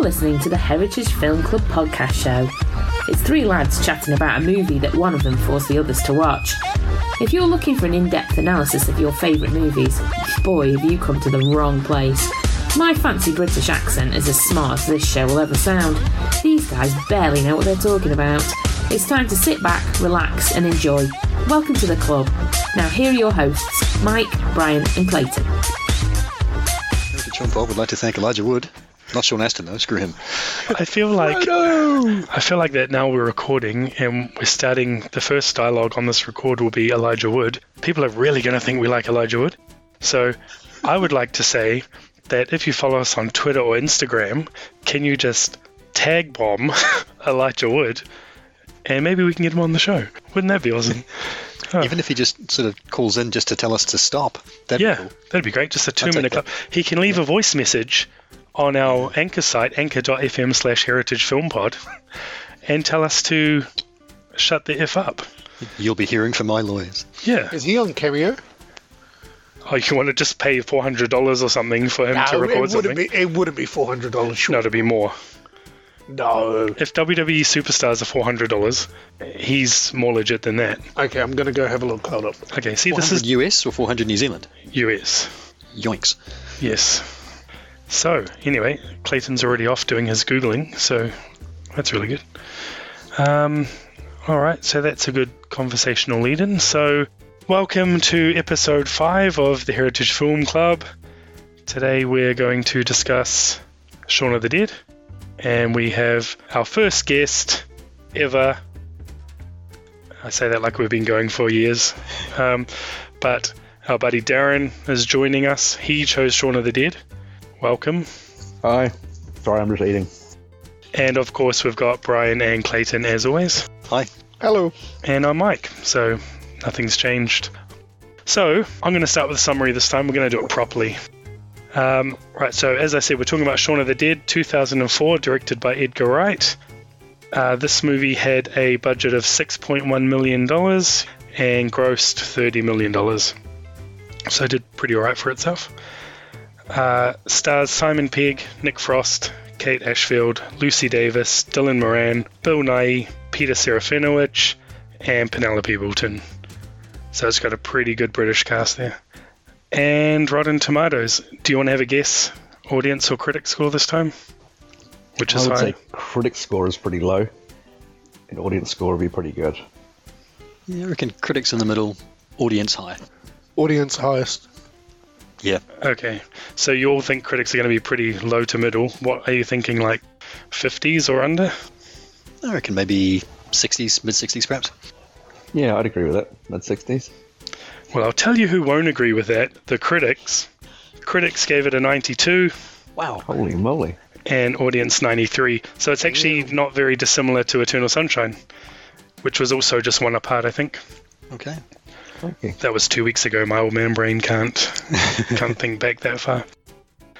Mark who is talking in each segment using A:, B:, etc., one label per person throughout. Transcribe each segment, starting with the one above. A: listening to the Heritage Film Club podcast show. It's three lads chatting about a movie that one of them forced the others to watch. If you're looking for an in depth analysis of your favourite movies, boy, have you come to the wrong place. My fancy British accent is as smart as this show will ever sound. These guys barely know what they're talking about. It's time to sit back, relax, and enjoy. Welcome to the club. Now, here are your hosts Mike, Brian, and Clayton.
B: To jump off, would like to thank Elijah Wood. Not Sean Aston, though. Screw him.
C: I feel like
B: no!
C: I feel like that now we're recording and we're starting the first dialogue on this record will be Elijah Wood. People are really going to think we like Elijah Wood. So I would like to say that if you follow us on Twitter or Instagram, can you just tag bomb Elijah Wood and maybe we can get him on the show. Wouldn't that be awesome?
B: Even if he just sort of calls in just to tell us to stop, that'd
C: Yeah,
B: be cool.
C: that'd be great. Just a two
B: take
C: minute clip. He can leave a voice message on our anchor site, anchor.fm slash heritage film pod, and tell us to shut the F up.
B: You'll be hearing from my lawyers.
C: Yeah.
D: Is he on Cameo?
C: Oh, you want to just pay $400 or something for him to
D: it,
C: record something?
D: wouldn't be. It wouldn't be four hundred dollars.
C: No,
D: Sure.
C: it'll be more.
D: No.
C: If WWE superstars are $400, he's more legit than that.
D: Okay, I'm gonna go have a look. Hold up.
C: Okay, see, this
B: 400
C: is
B: US or 400 New Zealand?
C: US.
B: Yoinks.
C: Yes. So, anyway, Clayton's already off doing his Googling, so that's really good. Um, all right, so that's a good conversational lead in. So, welcome to episode five of the Heritage Film Club. Today we're going to discuss Shaun of the Dead, and we have our first guest ever. I say that like we've been going for years, um, but our buddy Darren is joining us. He chose Shaun of the Dead. Welcome.
E: Hi. Sorry, I'm just eating.
C: And of course, we've got Brian and Clayton as always.
B: Hi.
D: Hello.
C: And I'm Mike, so nothing's changed. So, I'm going to start with a summary this time. We're going to do it properly. Um, right, so as I said, we're talking about Shaun of the Dead, 2004, directed by Edgar Wright. Uh, this movie had a budget of $6.1 million and grossed $30 million. So, it did pretty alright for itself. Uh, stars Simon Pegg, Nick Frost, Kate Ashfield, Lucy Davis, Dylan Moran, Bill Nye, Peter Serafinowicz, and Penelope Wilton. So it's got a pretty good British cast there. And Rotten Tomatoes. Do you want to have a guess, audience or critic score this time? Which is
E: I would
C: high.
E: say critic score is pretty low, and audience score would be pretty good.
B: Yeah, I reckon critics in the middle, audience high.
D: Audience highest.
B: Yeah.
C: Okay. So you all think critics are going to be pretty low to middle. What are you thinking, like 50s or under?
B: I reckon maybe 60s, mid 60s perhaps.
E: Yeah, I'd agree with that. Mid 60s.
C: Well, I'll tell you who won't agree with that the critics. Critics gave it a 92
B: Wow.
E: Holy moly.
C: and audience 93. So it's actually not very dissimilar to Eternal Sunshine, which was also just one apart, I think.
B: Okay.
E: Okay.
C: That was two weeks ago. My old man brain can't, can't think back that far.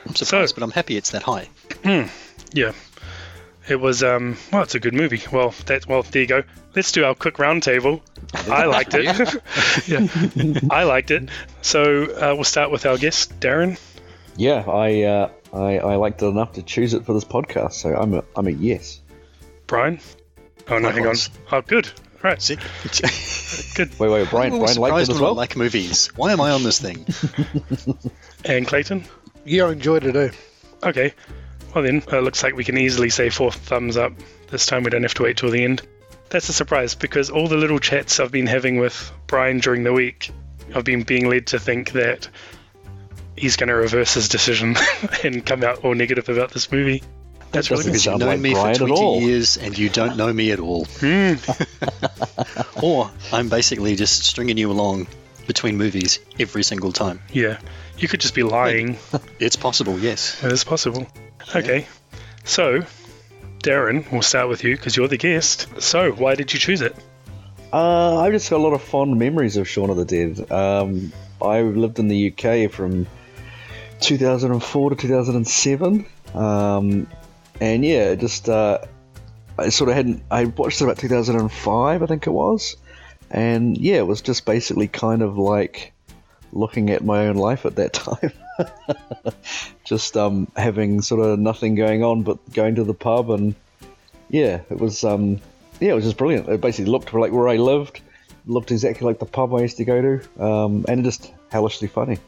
B: I'm surprised,
C: So-
B: but I'm happy it's that high.
C: It was, um, well, it's a good movie. Well, that, well, there you go. Let's do our quick roundtable. I liked it. yeah. I liked it. So uh, we'll start with our guest, Darren.
E: Yeah, I, uh, I I liked it enough to choose it for this podcast, so I'm a I'm a yes.
C: Brian? Oh, no, hang on.
B: Likewise.
C: Oh, good. All right.
B: See?
E: Wait, wait, Brian,
B: I'm always
E: Brian liked
B: surprised
E: it
B: when
E: as
B: I
E: well.
B: like movies. Why am I on this thing?
C: And Clayton?
D: Yeah, I enjoyed it. Eh?
C: Okay. Well, then, uh, looks like we can easily say four thumbs up. This time we don't have to wait till the end. That's a surprise because all the little chats I've been having with Brian during the week, I've been being led to think that he's going to reverse his decision and come out all negative about this movie. That's really good.
E: doesn't
B: Because you've
E: sound
B: known
E: like
B: me
E: Brian at
B: for 20
E: all.
B: years and you don't know me at all.
C: Hmm.
B: or I'm basically just stringing you along between movies every single time.
C: Yeah. You could just be lying.
B: It's possible, yes.
C: It's possible. Okay. So, Darren, we'll start with you because you're the guest. So, why did you choose it?
E: Uh, I've just got a lot of fond memories of Shaun of the Dead. Um, I lived in the UK from 2004 to 2007, um, and yeah, it just uh, I sort of hadn't. I watched it about 2005, I think it was, and yeah, it was just basically kind of like looking at my own life at that time. just um, having sort of nothing going on, but going to the pub and yeah, it was um, yeah, it was just brilliant. It basically looked like where I lived, looked exactly like the pub I used to go to, um, and just hellishly funny,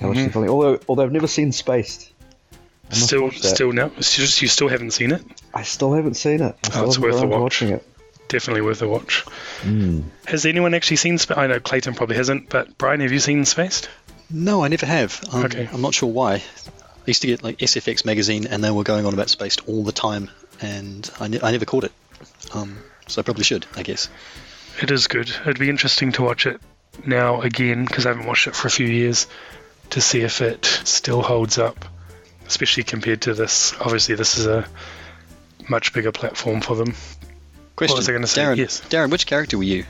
E: hellishly
C: Mm-hmm.
E: funny. Although although I've never seen Spaced, must
C: Still,
E: watch that.
C: still now. It's just you still haven't seen it.
E: I still haven't seen it. I still
C: Oh, it's
E: haven't
C: worth a
E: got around to
C: watch.
E: watching it.
C: Definitely worth a watch. Has anyone actually seen? Sp- I know Clayton probably hasn't, but Brian, have you seen Spaced?
B: No, I never have. Um,
C: Okay.
B: I'm not sure why. I used to get like SFX magazine, and they were going on about Spaced all the time, and I, ne- I never caught it. Um, so I probably should, I guess.
C: It is good. It'd be interesting to watch it now again because I haven't watched it for a few years to see if it still holds up, especially compared to this. Obviously, this is a much bigger platform for them.
B: Question,
C: was I gonna say?
B: Darren,
C: Yes.
B: Darren, which character were you?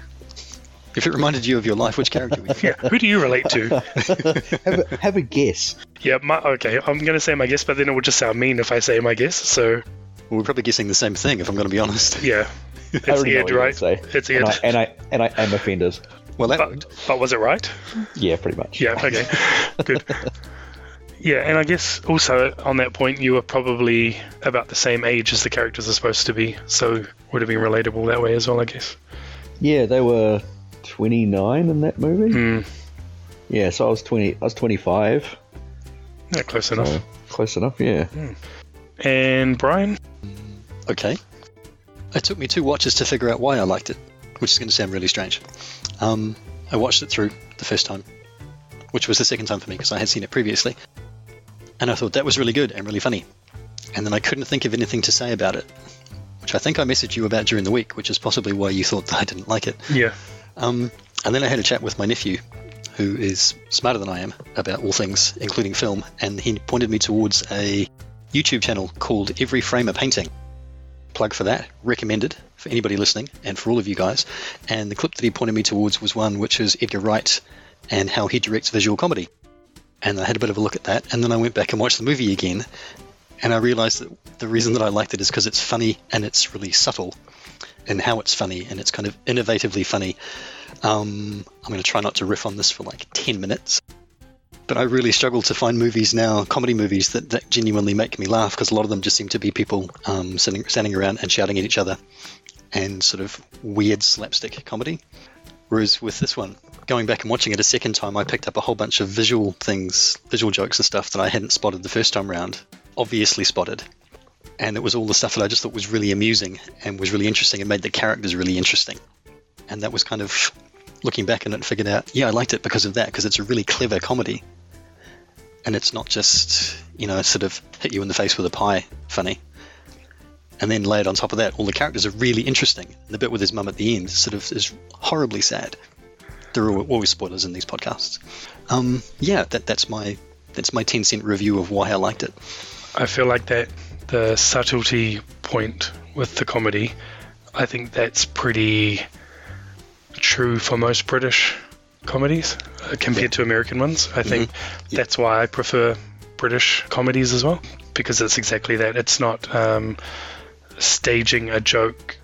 B: If it reminded you of your life, which character were you?
C: Yeah. Who do you relate to?
E: Have a, have a guess.
C: yeah. My, okay. I'm gonna say my guess, but then it would just sound mean if I say my guess. So
B: Well, we're probably guessing the same thing, if I'm going to be honest.
C: yeah. It's
E: I already know
C: Ed,
E: what you're
C: right?
E: gonna say.
C: It's Ed.
E: and I, and I and I am offended.
B: Well, that
C: But, but was it right?
E: Yeah, pretty much.
C: Yeah, okay. Good. Yeah, and I guess also on that point, you were probably about the same age as the characters are supposed to be, so would have been relatable that way as well, I guess.
E: Yeah, they were 29 in that movie.
C: Hmm.
E: Yeah, so I was 20. I was 25.
C: Yeah, close enough.
E: so close enough. Yeah.
C: And Brian?
B: Okay. It took me two watches to figure out why I liked it, which is going to sound really strange. Um, I watched it through the first time, which was the second time for me because I had seen it previously. And I thought that was really good and really funny. And then I couldn't think of anything to say about it, which I think I messaged you about during the week, which is possibly why you thought that I didn't like it.
C: Yeah.
B: Um, and then I had a chat with my nephew, who is smarter than I am about all things, including film, and he pointed me towards a YouTube channel called Every Frame a Painting. Plug for that, recommended for anybody listening and for all of you guys. And the clip that he pointed me towards was one which is Edgar Wright and how he directs visual comedy. And I had a bit of a look at that, and then I went back and watched the movie again, and I realized that the reason that I liked it is because it's funny and it's really subtle, and how it's funny and it's kind of innovatively funny. Um, I'm going to try not to riff on this for like 10 minutes. But I really struggle to find movies now, comedy movies, that, that genuinely make me laugh because a lot of them just seem to be people um, sitting, standing around and shouting at each other and sort of weird slapstick comedy. Whereas with this one, going back and watching it a second time, I picked up a whole bunch of visual things, visual jokes and stuff that I hadn't spotted the first time round. Obviously spotted. And it was all the stuff that I just thought was really amusing and was really interesting and made the characters really interesting. And that was kind of looking back on it and figured out, yeah, I liked it because of that, because it's a really clever comedy. And it's not just, you know, sort of hit you in the face with a pie funny. And then layered on top of that, all the characters are really interesting. The bit with his mum at the end sort of is horribly sad. There are always spoilers in these podcasts. Um, yeah, that, that's my that's my ten cent review of why I liked it.
C: I feel like that the subtlety point with the comedy, I think that's pretty true for most British comedies uh, compared to American ones.
B: Mm-hmm.
C: I think that's why I prefer British comedies as well because it's exactly that. It's not um, staging a joke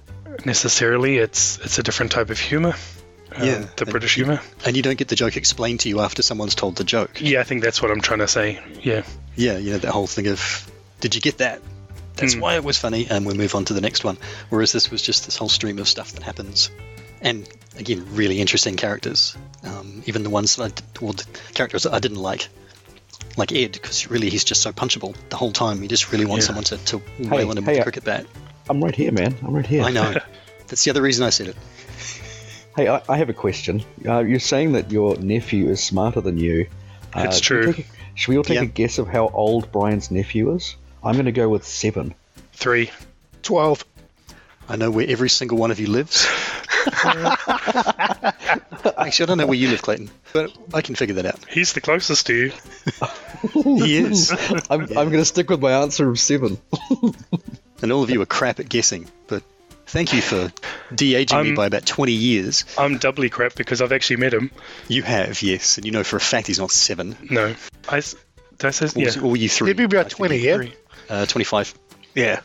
C: necessarily. It's it's a different type of humor. um,
B: Yeah.
C: the British humor.
B: And you don't get the joke explained to you after someone's told the joke.
C: Yeah, I think that's what I'm trying to say. Yeah.
B: yeah, you know, that whole thing of, did you get that? That's
C: Hmm.
B: why it was funny, and we move on to the next one. Whereas this was just this whole stream of stuff that happens, and again, really interesting characters. Um, even the ones that I, d- well, the characters that I didn't like, like Ed, because really he's just so punchable the whole time. You just really want
C: Yeah.
B: someone to, to wail on him with
E: hey,
B: a
E: uh,
B: cricket bat.
E: I'm right here, man. I'm right here.
B: I know. That's the other reason I said it.
E: Hey, I, I have a question. Uh, you're saying that your nephew is smarter than you. Uh,
C: It's
E: should we
C: true.
E: take a- should we all take
B: Yeah.
E: a guess of how old Brian's nephew is? I'm going to go with seven.
C: Three.
D: 12.
B: I know where every single one of you lives. Actually, I don't know where you live, Clayton, but I can figure that out.
C: He's the closest to you.
B: He is.
E: I'm, I'm going to stick with my answer of seven.
B: and all of you are crap at guessing. But thank you for de-aging me
C: I'm-
B: by about 20 years.
C: I'm doubly crap because I've actually met him.
B: You have, yes, and you know for a fact he's not seven.
C: No. I, s- did I say
B: All,
C: yeah.
B: all you three,
D: It'd be
B: I
D: about
B: think.
D: 20, yeah?
C: Three.
B: uh, 25.
D: Yeah.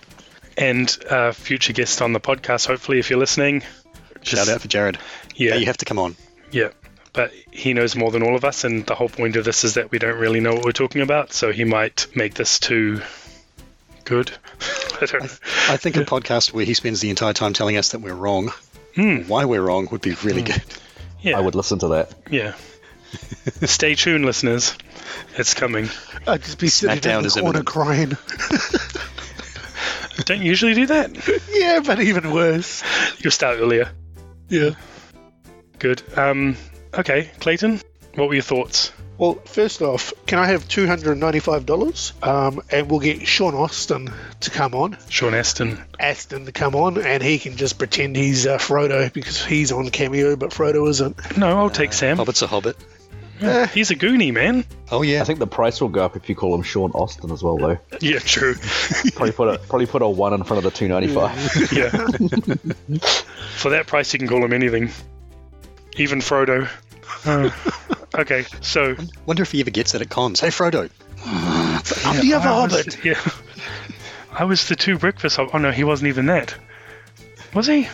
C: And uh, future guest on the podcast, hopefully, if you're listening.
B: Shout out for Jared.
C: Yeah.
B: Hey, you have to come on.
C: yeah. but he knows more than all of us, and the whole point of this is that we don't really know what we're talking about, so he might make this too good. I don't know.
B: I think a podcast where he spends the entire time telling us that we're wrong,
C: Hmm.
B: why we're wrong, would be really good.
C: Yeah,
E: I would listen to that.
C: yeah. Stay tuned, listeners. It's coming.
D: I'd just be sitting
B: Smackdown
D: down in
B: is
D: the corner
B: imminent.
D: crying.
C: Don't usually do that.
D: yeah, but even worse.
C: You'll start earlier.
D: Yeah.
C: Good. Um, okay, Clayton, what were your thoughts?
D: Well, first off, can I have two hundred and ninety-five dollars? Um, and we'll get Sean Austin to come on,
C: Sean Aston.
D: Aston to come on, and he can just pretend he's uh, Frodo because he's on cameo, but Frodo isn't.
C: No, I'll take Sam.
B: Hobbit's a hobbit.
C: He's a goonie, man.
B: Oh yeah,
E: I think the price will go up if you call him Sean Austin as well, though.
C: Yeah, true.
E: Probably put a probably put a one in front of the two ninety five.
C: Yeah. For that price, you can call him anything, even Frodo. Uh, okay, so
B: wonder if he ever gets that at cons. Hey Frodo,
D: I'm the other
C: I was-
D: Hobbit.
C: yeah, I was the two breakfast. Hob- oh no, he wasn't even that. Was he?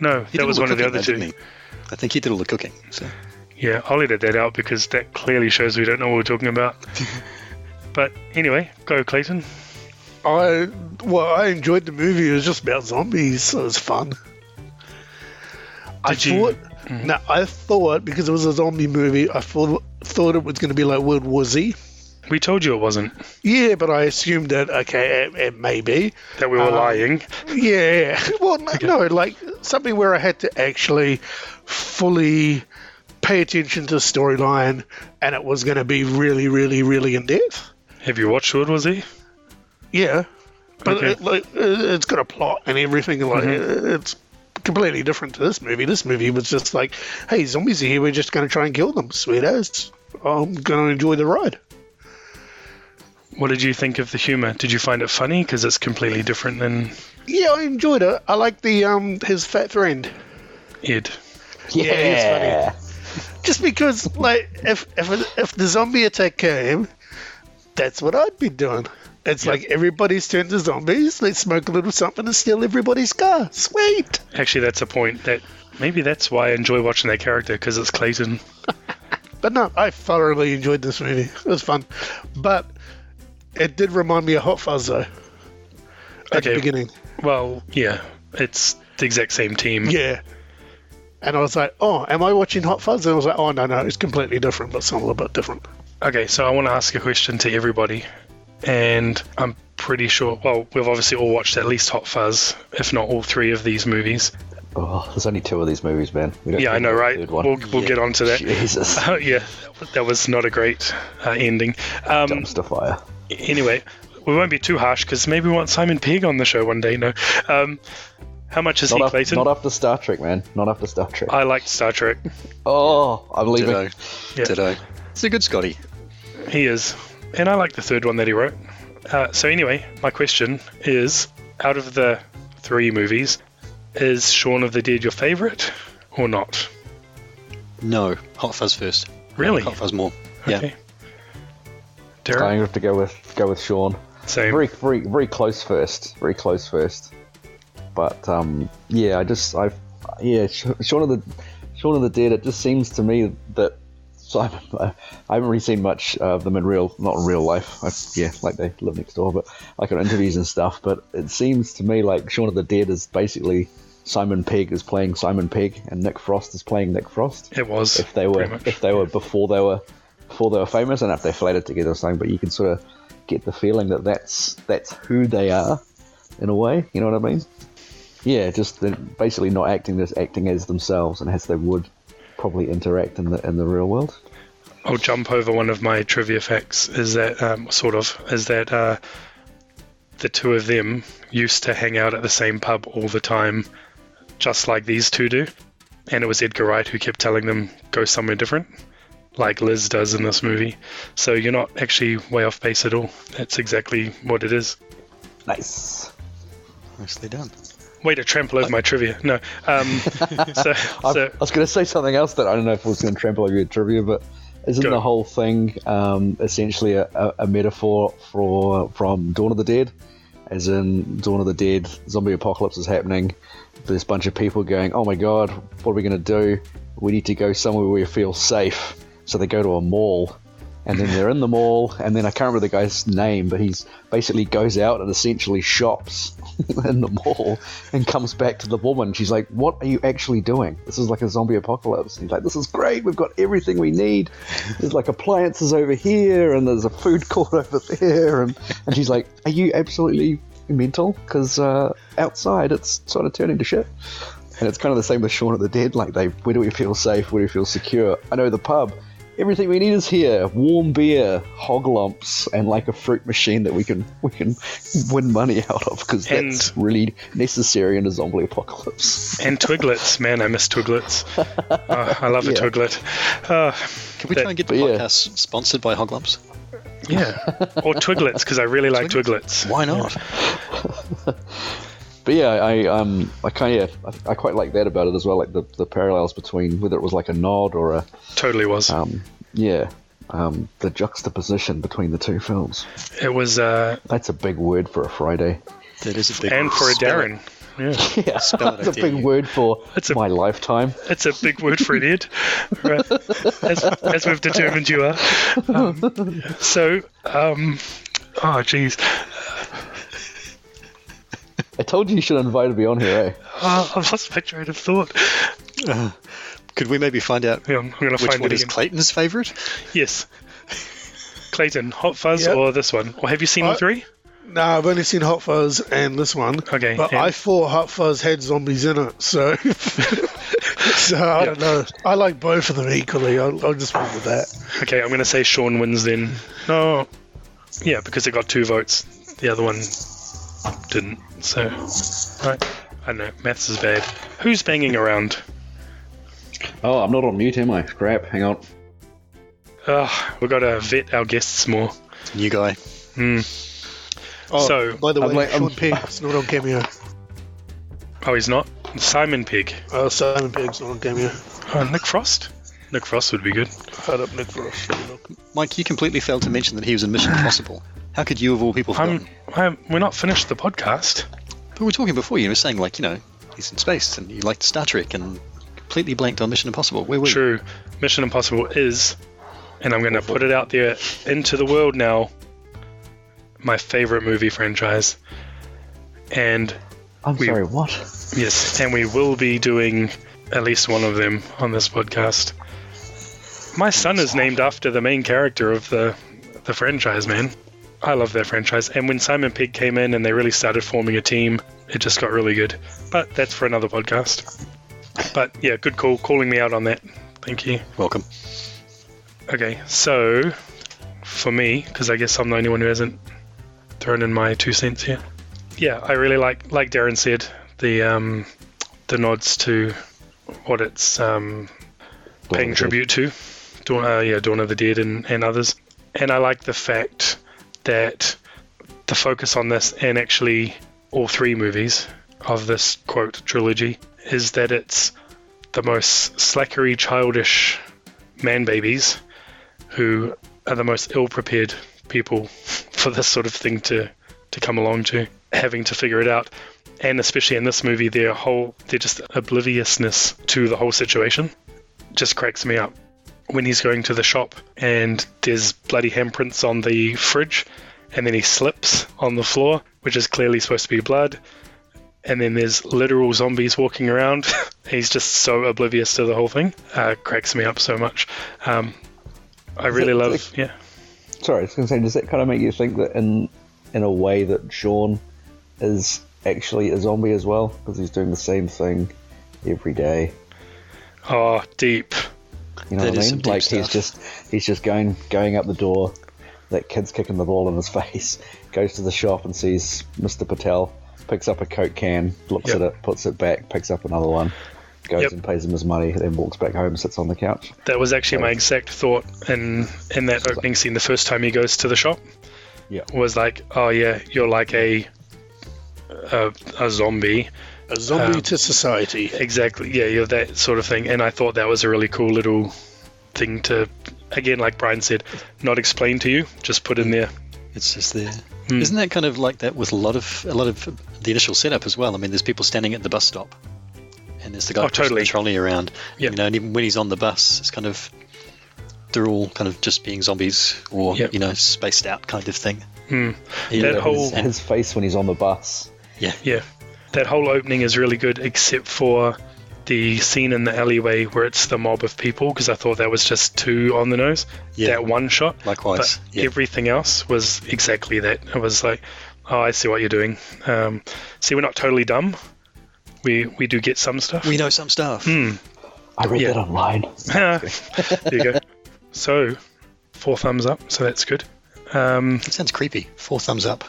C: No,
B: He did
C: that
B: all
C: was one of the
B: cooking,
C: other
B: though,
C: two.
B: didn't he? I think he did all the cooking. So
C: Yeah, I'll edit that out because that clearly shows we don't know what we're talking about. but anyway, go Clayton.
D: I well, I enjoyed the movie. It was just about zombies. So it was fun. I
C: Did you-
D: thought, no, I thought because it was a zombie movie, I thought thought it was going to be like World War Z.
C: We told you it wasn't.
D: Yeah, but I assumed that okay, it, it may be.
C: That we were lying.
D: Yeah. Well, no, no, like something where I had to actually fully pay attention to the storyline, and it was going to be really, really, really in depth.
C: Have you watched World War Z?
D: Yeah, but
C: Okay.
D: it, like it- it's got a plot and everything. Like uh, it's completely different to this movie. This movie was just like, hey, zombies are here. We're just going to try and kill them, sweetos. I'm going to enjoy the ride.
C: What did you think of the humor? Did you find it funny? Because it's completely different than
D: Yeah, I enjoyed it. I like the um his fat friend.
C: Ed.
D: Yeah, it's funny. Just because, like, if if if the zombie attack came, that's what I'd be doing. It's like everybody's turned to zombies. Let's smoke a little something and steal everybody's car. Sweet.
C: Actually, that's a point that maybe that's why I enjoy watching that character because it's Clayton.
D: But no, I thoroughly enjoyed this movie. It was fun. But it did remind me of Hot Fuzz, though. At
C: Okay.
D: the beginning.
C: Well, yeah, it's the exact same team.
D: Yeah. And I was like, oh, am I watching Hot Fuzz? And I was like, oh, no, no, it's completely different, but something a bit different.
C: Okay, so I want to ask a question to everybody, and I'm pretty sure. Well, we've obviously all watched at least Hot Fuzz, if not all three of these movies.
E: Oh, there's only two of these movies, man. We don't
C: Yeah, I
E: think
C: know,
E: there's a
C: right?
E: third
C: We'll,
E: one.
C: we'll get on to that.
E: Jesus,
C: Oh, yeah, that was not a great uh, ending. Um,
E: dumpster fire.
C: anyway, we won't be too harsh because maybe we want Simon Pegg on the show one day. No, um, how much is
E: Not,
C: he,
E: af-
C: Clayton?
E: not after Star Trek, man. Not after Star Trek.
C: I liked Star Trek.
E: oh, I'm leaving.
B: ditto,
C: Yeah.
B: ditto. It's a good Scotty.
C: He is. And I like the third one that he wrote. Uh, so, anyway, my question is out of the three movies, is Shaun of the Dead your favourite or not?
B: No, Hot Fuzz first.
C: Really?
B: Hot Fuzz more.
C: Okay.
B: Yeah,
E: I'm
C: Derek?
E: going to have to go with go with Sean.
C: Same.
E: Very, very, very close first. Very close first. But um, yeah, I just I yeah, Sh- Shaun of the Shaun of the Dead. It just seems to me that so I, I haven't really seen much of them in real, not in real life. I, yeah, like they live next door, but like on interviews and stuff. But it seems to me like Shaun of the Dead is basically Simon Pegg is playing Simon Pegg, and Nick Frost is playing Nick Frost
C: It was.
E: if they
C: pretty
E: were
C: much.
E: if they were before they were before they were famous and if they flatted together or something but you can sort of get the feeling that that's that's who they are in a way you know what i mean yeah just they're basically not acting just acting as themselves and as they would probably interact in the in the real world
C: I'll jump over one of my trivia facts. Is that um, sort of is that uh, the two of them used to hang out at the same pub all the time, just like these two do, and it was Edgar Wright who kept telling them go somewhere different, like Liz does in this movie. So you're not actually way off base at all. That's exactly what it is.
E: nice
B: nicely done.
C: Way to trample over my trivia. No, um, so,
E: I,
C: so
E: I was going to say something else that I don't know if I was going to trample over your trivia, but isn't
C: Go.
E: the whole thing um, essentially a, a, a metaphor for from Dawn of the Dead? As in Dawn of the Dead, zombie apocalypse is happening. There's a bunch of people going, "Oh my god, what are we going to do? we need to go somewhere where we feel safe. So they go to a mall, and then they're in the mall, and then I can't remember the guy's name, but he's basically goes out and essentially shops in the mall and comes back to the woman. She's like, "What are you actually doing? This is like a zombie apocalypse." And he's like, "This is great. We've got everything we need. There's like appliances over here, and there's a food court over there." And and she's like, "Are you absolutely mental? Because uh, outside it's sort of turning to shit." And it's kind of the same with Shaun of the Dead. Like, they where do we feel safe? Where do we feel secure? I know the pub. Everything we need is here: warm beer, hog lumps, and like a fruit machine that we can we can win money out of because
C: And-
E: that's really necessary in a zombie apocalypse.
C: And Twiglets, man, I miss Twiglets. Oh, I love a
E: Yeah.
C: Twiglet. Uh,
B: Can we
C: That-
B: try and get the
E: but yeah.
B: podcast sponsored by Hoglumps?
C: yeah, or Twiglets because I really like Twiglets.
B: Why not?
E: But yeah, I um, I kind of I, I quite like that about it as well, like the, the parallels between whether it was like a nod or a
C: Totally was.
E: um, yeah, um, the juxtaposition between the two films.
C: It was, uh,
E: That's a big word for a Friday.
B: That is a big
C: and for a
B: spell it-
C: Darren. Yeah,
E: Yeah,
B: Spell it,
E: that's a
B: I dare
E: big
B: you.
E: word for
C: It's a-
E: my lifetime.
C: it's a big word for an Ed, right? as, as we've determined you are. Um, so, um, oh, jeez.
E: I told you you should have invited me on here, eh?
C: Oh, I've lost my train of thought.
B: Could we maybe find out
C: Yeah, I'm going to
B: which
C: find
B: one
C: it
B: is
C: again.
B: Clayton's favourite?
C: yes. Clayton, Hot Fuzz
D: Yep.
C: or this one? Or have you seen all
D: Uh,
C: three?
D: No, I've only seen Hot Fuzz and this one.
C: Okay,
D: But
C: and-
D: I thought Hot Fuzz had zombies in it, so. so I don't know. I like both of them equally. I'll, I'll just went with that.
C: Okay, I'm going to say Sean wins then. No. Yeah, because it got two votes. The other one didn't. So, right. I know. Maths is bad. Who's banging around?
E: Oh, I'm not on mute, am I? Crap, hang on.
C: Ugh, we've got to vet our guests more.
B: New guy.
D: Oh,
C: So-
D: by the way,
E: I'm like-
D: Sean
E: I'm-
D: Pegg's not on cameo.
C: Oh, he's not? Simon Pegg.
D: Oh, Simon Pegg's not on cameo.
C: Oh, Nick Frost? Nick Frost would be good.
D: Hold up, Nick Frost.
B: Mike, you completely failed to mention that he was in Mission Impossible. How could you, of all people, have
C: I'm,
B: forgotten?
C: I'm, we're not finished the podcast.
B: But we were talking before, you were saying, like, you know, he's in space and you liked Star Trek and completely blanked on Mission Impossible. Where were you?
C: True. Mission Impossible is, and I'm going to put it out there into the world now, my favorite movie franchise. And
E: I'm
C: We-
E: sorry, what?
C: Yes, and we will be doing at least one of them on this podcast. My son is named after the main character of the the franchise, man. I love that franchise. And when Simon Pegg came in and they really started forming a team, it just got really good. But that's for another podcast. But yeah, good call calling me out on that. Thank you.
B: Welcome.
C: Okay, so for me, because I guess I'm the only one who hasn't thrown in my two cents here. Yeah, I really like, like Darren said, the um, the nods to what it's um, paying tribute to, Dawn, uh, yeah, Dawn of the Dead and, and others. And I like the fact that the focus on this and actually all three movies of this quote trilogy is that it's the most slackery, childish man babies who are the most ill prepared people for this sort of thing to, to come along to, having to figure it out. And especially in this movie, their whole their just obliviousness to the whole situation just cracks me up. When he's going to the shop and there's bloody handprints on the fridge, and then he slips on the floor, which is clearly supposed to be blood. And then there's literal zombies walking around. he's just so oblivious to the whole thing. Uh, cracks me up so much. Um, I really
E: it
C: love.
E: like-
C: yeah.
E: Sorry, I was going to say, does that kind of make you think that in in a way that Sean is actually a zombie as well because he's doing the same thing every day?
C: Oh, deep.
E: You know
B: That
E: what I
B: is
E: mean?
B: some deep
E: like
B: stuff.
E: he's just he's just going going up the door. That kid's kicking the ball in his face. Goes to the shop and sees Mr. Patel. Picks up a coke can, looks
C: Yep.
E: at it, puts it back, picks up another one. Goes
C: Yep.
E: and pays him his money, then walks back home, sits on the couch.
C: That was actually
E: Oh.
C: my exact thought in in that opening scene. The first time he goes to the shop,
E: Yeah.
C: was like, oh yeah, you're like a a, a zombie.
D: A zombie
C: Um,
D: to society.
C: Exactly. Yeah, you're that sort of thing. And I thought that was a really cool little thing to, again, like Brian said, not explain to you, just put in there.
B: It's just there.
C: Hmm.
B: Isn't that kind of like that with a lot of a lot of the initial setup as well? I mean, there's people standing at the bus stop, and there's the guy
C: Oh,
B: pushing
C: totally.
B: the trolley around.
C: Yep.
B: You know, and even when he's on the bus, it's kind of they're all kind of just being zombies or
C: Yep.
B: you know spaced out kind of thing.
C: Mm.
B: You
C: That
B: know,
C: whole-
E: His, his face when he's on the bus.
C: Yeah, that whole opening is really good, except for the scene in the alleyway where it's the mob of people, because I thought that was just too on the nose.
B: Yeah.
C: That one shot.
B: likewise,
C: But
B: yeah,
C: everything else was exactly that. It was like, oh, I see what you're doing. Um, see, we're not totally dumb. We we do get some stuff.
B: we know some stuff.
C: Hmm.
E: I read
C: Yeah.
E: that online.
C: there you go. So, four thumbs up. So that's good. Um,
B: It sounds creepy. Four thumbs up.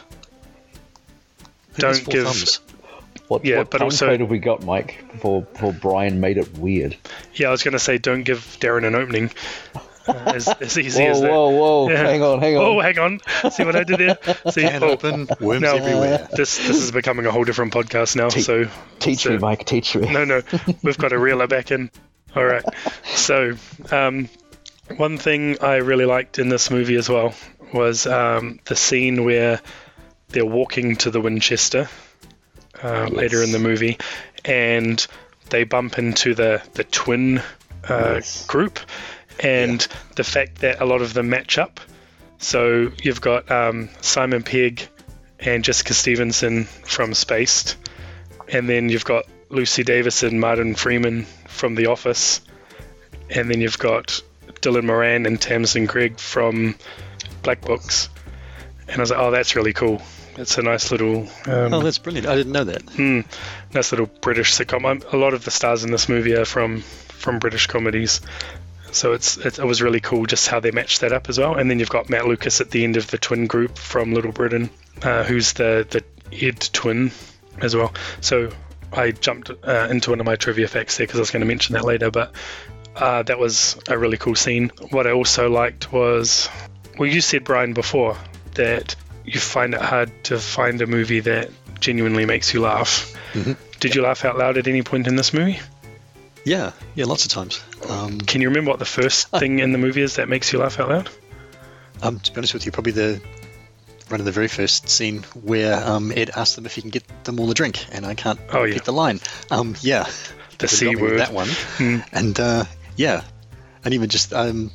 B: Who
C: Don't
B: gives four
C: give-
B: thumbs.
E: What,
C: Yeah,
E: what
C: but
E: time
C: also-
E: code have we got, Mike? Before, before Brian made it weird.
C: yeah, I was gonna say, don't give Darren an opening. Uh, as, as easy
E: Whoa,
C: as that.
E: whoa, whoa!
C: Yeah.
E: Hang on, hang on.
C: Oh, hang on. See what I did there? See,
B: Can
C: oh,
B: open worms
C: no.
B: everywhere.
C: This this is becoming a whole different podcast now. So
E: teach me,
C: so-
E: Mike. Teach me.
C: no, no, we've got to reel her back in. All right. So, um, one thing I really liked in this movie as well was um, the scene where they're walking to the Winchester uh, later in the movie, and they bump into the the twin uh,
E: Yes.
C: group, and the fact that a lot of them match up. So you've got um, Simon Pegg and Jessica Stevenson from Spaced, and then you've got Lucy Davis and Martin Freeman from The Office, and then you've got Dylan Moran and Tamsin Gregg from Black Books. And I was like, oh, that's really cool. It's a nice little, um,
B: Oh, that's brilliant. I didn't know that.
C: Hmm. nice little British sitcom. I'm, a lot of the stars in this movie are from from British comedies, so it's it, it was really cool just how they matched that up as well. And then you've got Matt Lucas at the end of the twin group from Little Britain, uh, who's the the Ed twin as well. So I jumped uh, into one of my trivia facts there because I was going to mention that later, but. Uh, that was a really cool scene. What I also liked was, well, you said Brian before that you find it hard to find a movie that genuinely makes you laugh. Did you laugh out loud at any point in this movie?
B: Yeah, yeah, lots of times. Um,
C: Can you remember what the first
B: Oh.
C: thing in the movie is that makes you laugh out loud?
B: um, to be honest with you, probably the one of the very first scene where um, Ed asks them if he can get them all a drink, and I can't
C: Oh,
B: pick
C: yeah.
B: the line. Um, yeah,
C: The Hmm.
B: They
C: C
B: got me with
C: word.
B: That one. And uh, yeah, and even just um,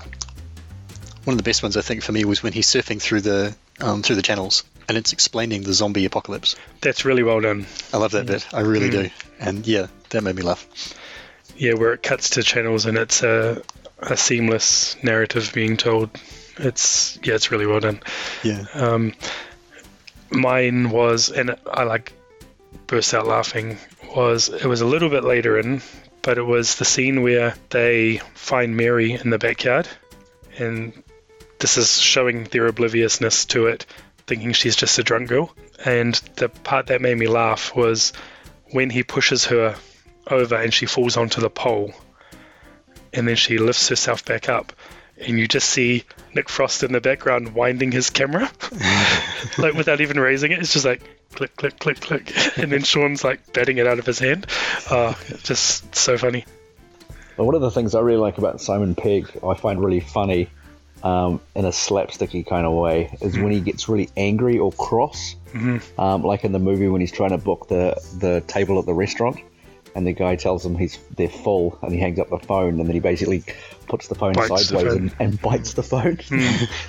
B: one of the best ones I think for me was when he's surfing through the um, through the channels, and it's explaining the zombie apocalypse.
C: That's really well done.
B: I love
C: Hmm.
B: that bit. I really do. And yeah, that made me laugh.
C: Yeah, where it cuts to channels and it's a, a seamless narrative being told. It's yeah, it's really well done.
B: Yeah.
C: mine was, and I like burst out laughing, was it was a little bit later in, but it was the scene where they find Mary in the backyard, and this is showing their obliviousness to it, thinking she's just a drunk girl. And the part that made me laugh was when he pushes her over and she falls onto the pole, and then she lifts herself back up. And you just see Nick Frost in the background winding his camera like without even raising it. It's just like click, click, click, click, and then Sean's like batting it out of his hand. Uh, just so funny.
E: But one of the things I really like about Simon Pegg, I find really funny um, in a slapsticky kind of way, is when he gets really angry or cross,
C: Mm-hmm.
E: um, like in the movie when he's trying to book the, the table at the restaurant. And the guy tells him he's they're full, and he hangs up the phone, and then he basically puts the phone
C: Bites the
E: sideways
C: phone. Hmm.
E: And, and bites the phone.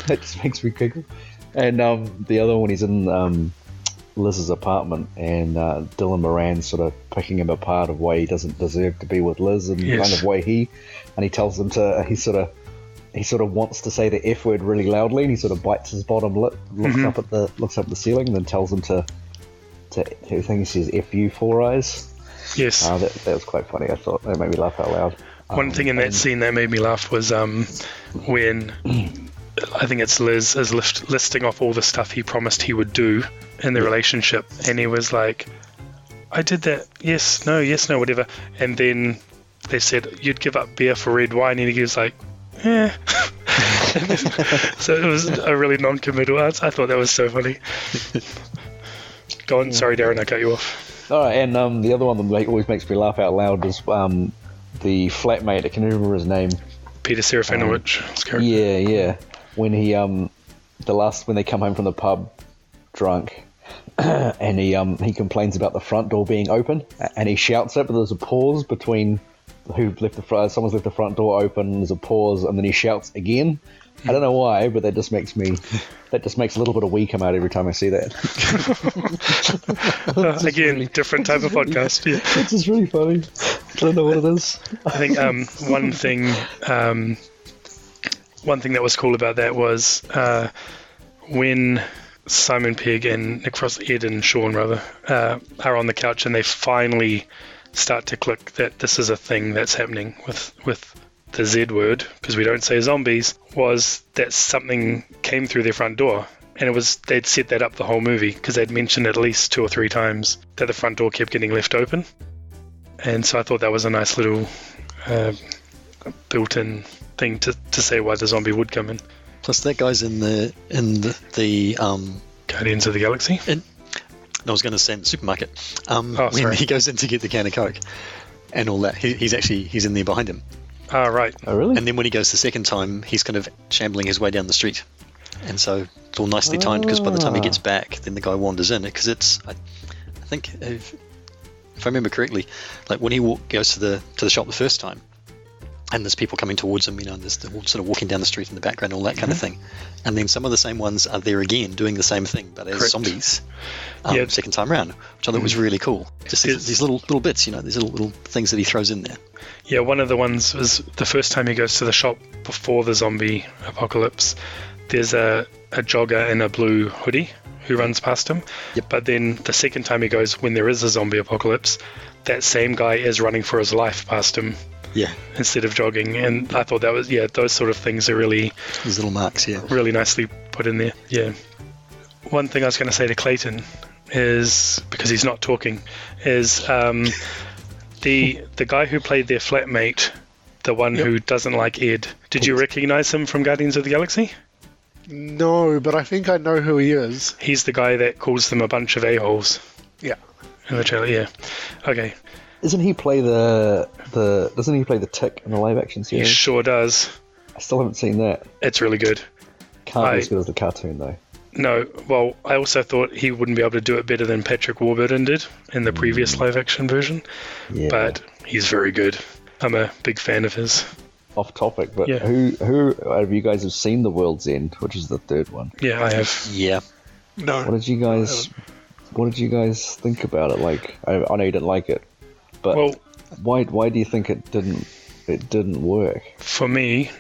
E: that just makes me giggle. And um, the other one, he's in um, Liz's apartment, and uh, Dylan Moran sort of picking him apart of why he doesn't deserve to be with Liz, and
C: Yes.
E: kind of why he, and he tells them to he sort of he sort of wants to say the f word really loudly, and he sort of bites his bottom lip, looks up at the looks up at the ceiling, and then tells them to to to think he says f you four eyes.
C: Yes.
E: Uh, that, that was quite funny. I thought that made me laugh out loud.
C: One thing in that scene that made me laugh was um, when I think it's Liz is list- listing off all the stuff he promised he would do in the relationship, and he was like, "I did that. Yes, no, yes, no, whatever." And then they said, "You'd give up beer for red wine," and he was like, "Yeah." so it was a really non-committal answer. I thought that was so funny. Go on. Sorry, Darren, I cut you off.
E: All right, and um, the other one that make, always makes me laugh out loud is um, the flatmate. I can never remember his name.
C: Peter Serafinovich. It's correct.
E: Yeah, yeah. When he um, the last when they come home from the pub, drunk, and he um he complains about the front door being open, a- and he shouts it, but there's a pause between who left the front. Someone's left the front door open. There's a pause, and then he shouts again. I don't know why, but that just makes me that just makes a little bit of wee come out every time I see that.
C: Uh, again, different type of podcast. Yeah.
E: It's just really funny. I don't know what it is.
C: I think um, one thing um, one thing that was cool about that was uh, when Simon Pegg and Nick Frost, Ed and Sean rather, uh, are on the couch and they finally start to click that this is a thing that's happening with with the Z word because we don't say zombies was that something came through their front door. And it was they'd set that up the whole movie because they'd mentioned at least two or three times that the front door kept getting left open, and so I thought that was a nice little uh, built-in thing to, to say why the zombie would come in.
B: Plus, that guy's in the in the, the um.
C: Guardians of the Galaxy.
B: I was going to say in the supermarket. Um,
C: Oh,
B: when
C: sorry.
B: he goes in to get the can of coke and all that, he, he's actually he's in there behind him.
C: Ah, right.
E: Oh really?
B: And then when he goes the second time, he's kind of shambling his way down the street, and so it's all nicely timed because by the time he gets back, then the guy wanders in because it's. I, I think if, if I remember correctly, like when he walk, goes to the to the shop the first time, and there's people coming towards him, you know, and there's the, sort of walking down the street in the background, all that kind of thing, and then some of the same ones are there again doing the same thing, but as
C: Correct.
B: zombies. Um,
C: Yeah.
B: Second time round, which I thought was really cool. Just these,
C: It's-
B: these little little bits, you know, these little little things that he throws in there.
C: Yeah, one of the ones was the first time he goes to the shop before the zombie apocalypse. There's a, a jogger in a blue hoodie who runs past him.
B: Yep.
C: But then the second time he goes, when there is a zombie apocalypse, that same guy is running for his life past him
B: Yeah,
C: instead of jogging. And I thought that was, yeah, those sort of things are really
B: these little marks. Yeah.
C: really nicely put in there. Yeah. One thing I was going to say to Clayton is because he's not talking, is um, the the guy who played their flatmate, the one who doesn't like Ed. Did you recognize him from Guardians of the Galaxy?
D: No, but I think I know who he is.
C: He's the guy that calls them a bunch of a holes
D: Yeah.
C: in the trailer. Yeah. Okay.
E: Doesn't he play the the? Doesn't he play the tick in the live action
C: He
E: series?
C: sure does.
E: I still haven't seen that.
C: It's really good.
E: Can't
C: I-
E: be as good as the cartoon though.
C: No, well, I also thought he wouldn't be able to do it better than Patrick Warburton did in the previous live action version,
E: Mm. Yeah.
C: but he's very good. I'm a big fan of his.
E: off topic, but
C: Yeah.
E: who who out of you guys have seen The World's End, which is the third one?
C: Yeah, I have.
B: Yeah.
E: What
D: No.
E: did you guys What did you guys think about it? Like, I, I know you didn't like it, but
C: Well,
E: why why do you think it didn't it didn't work?
C: for me,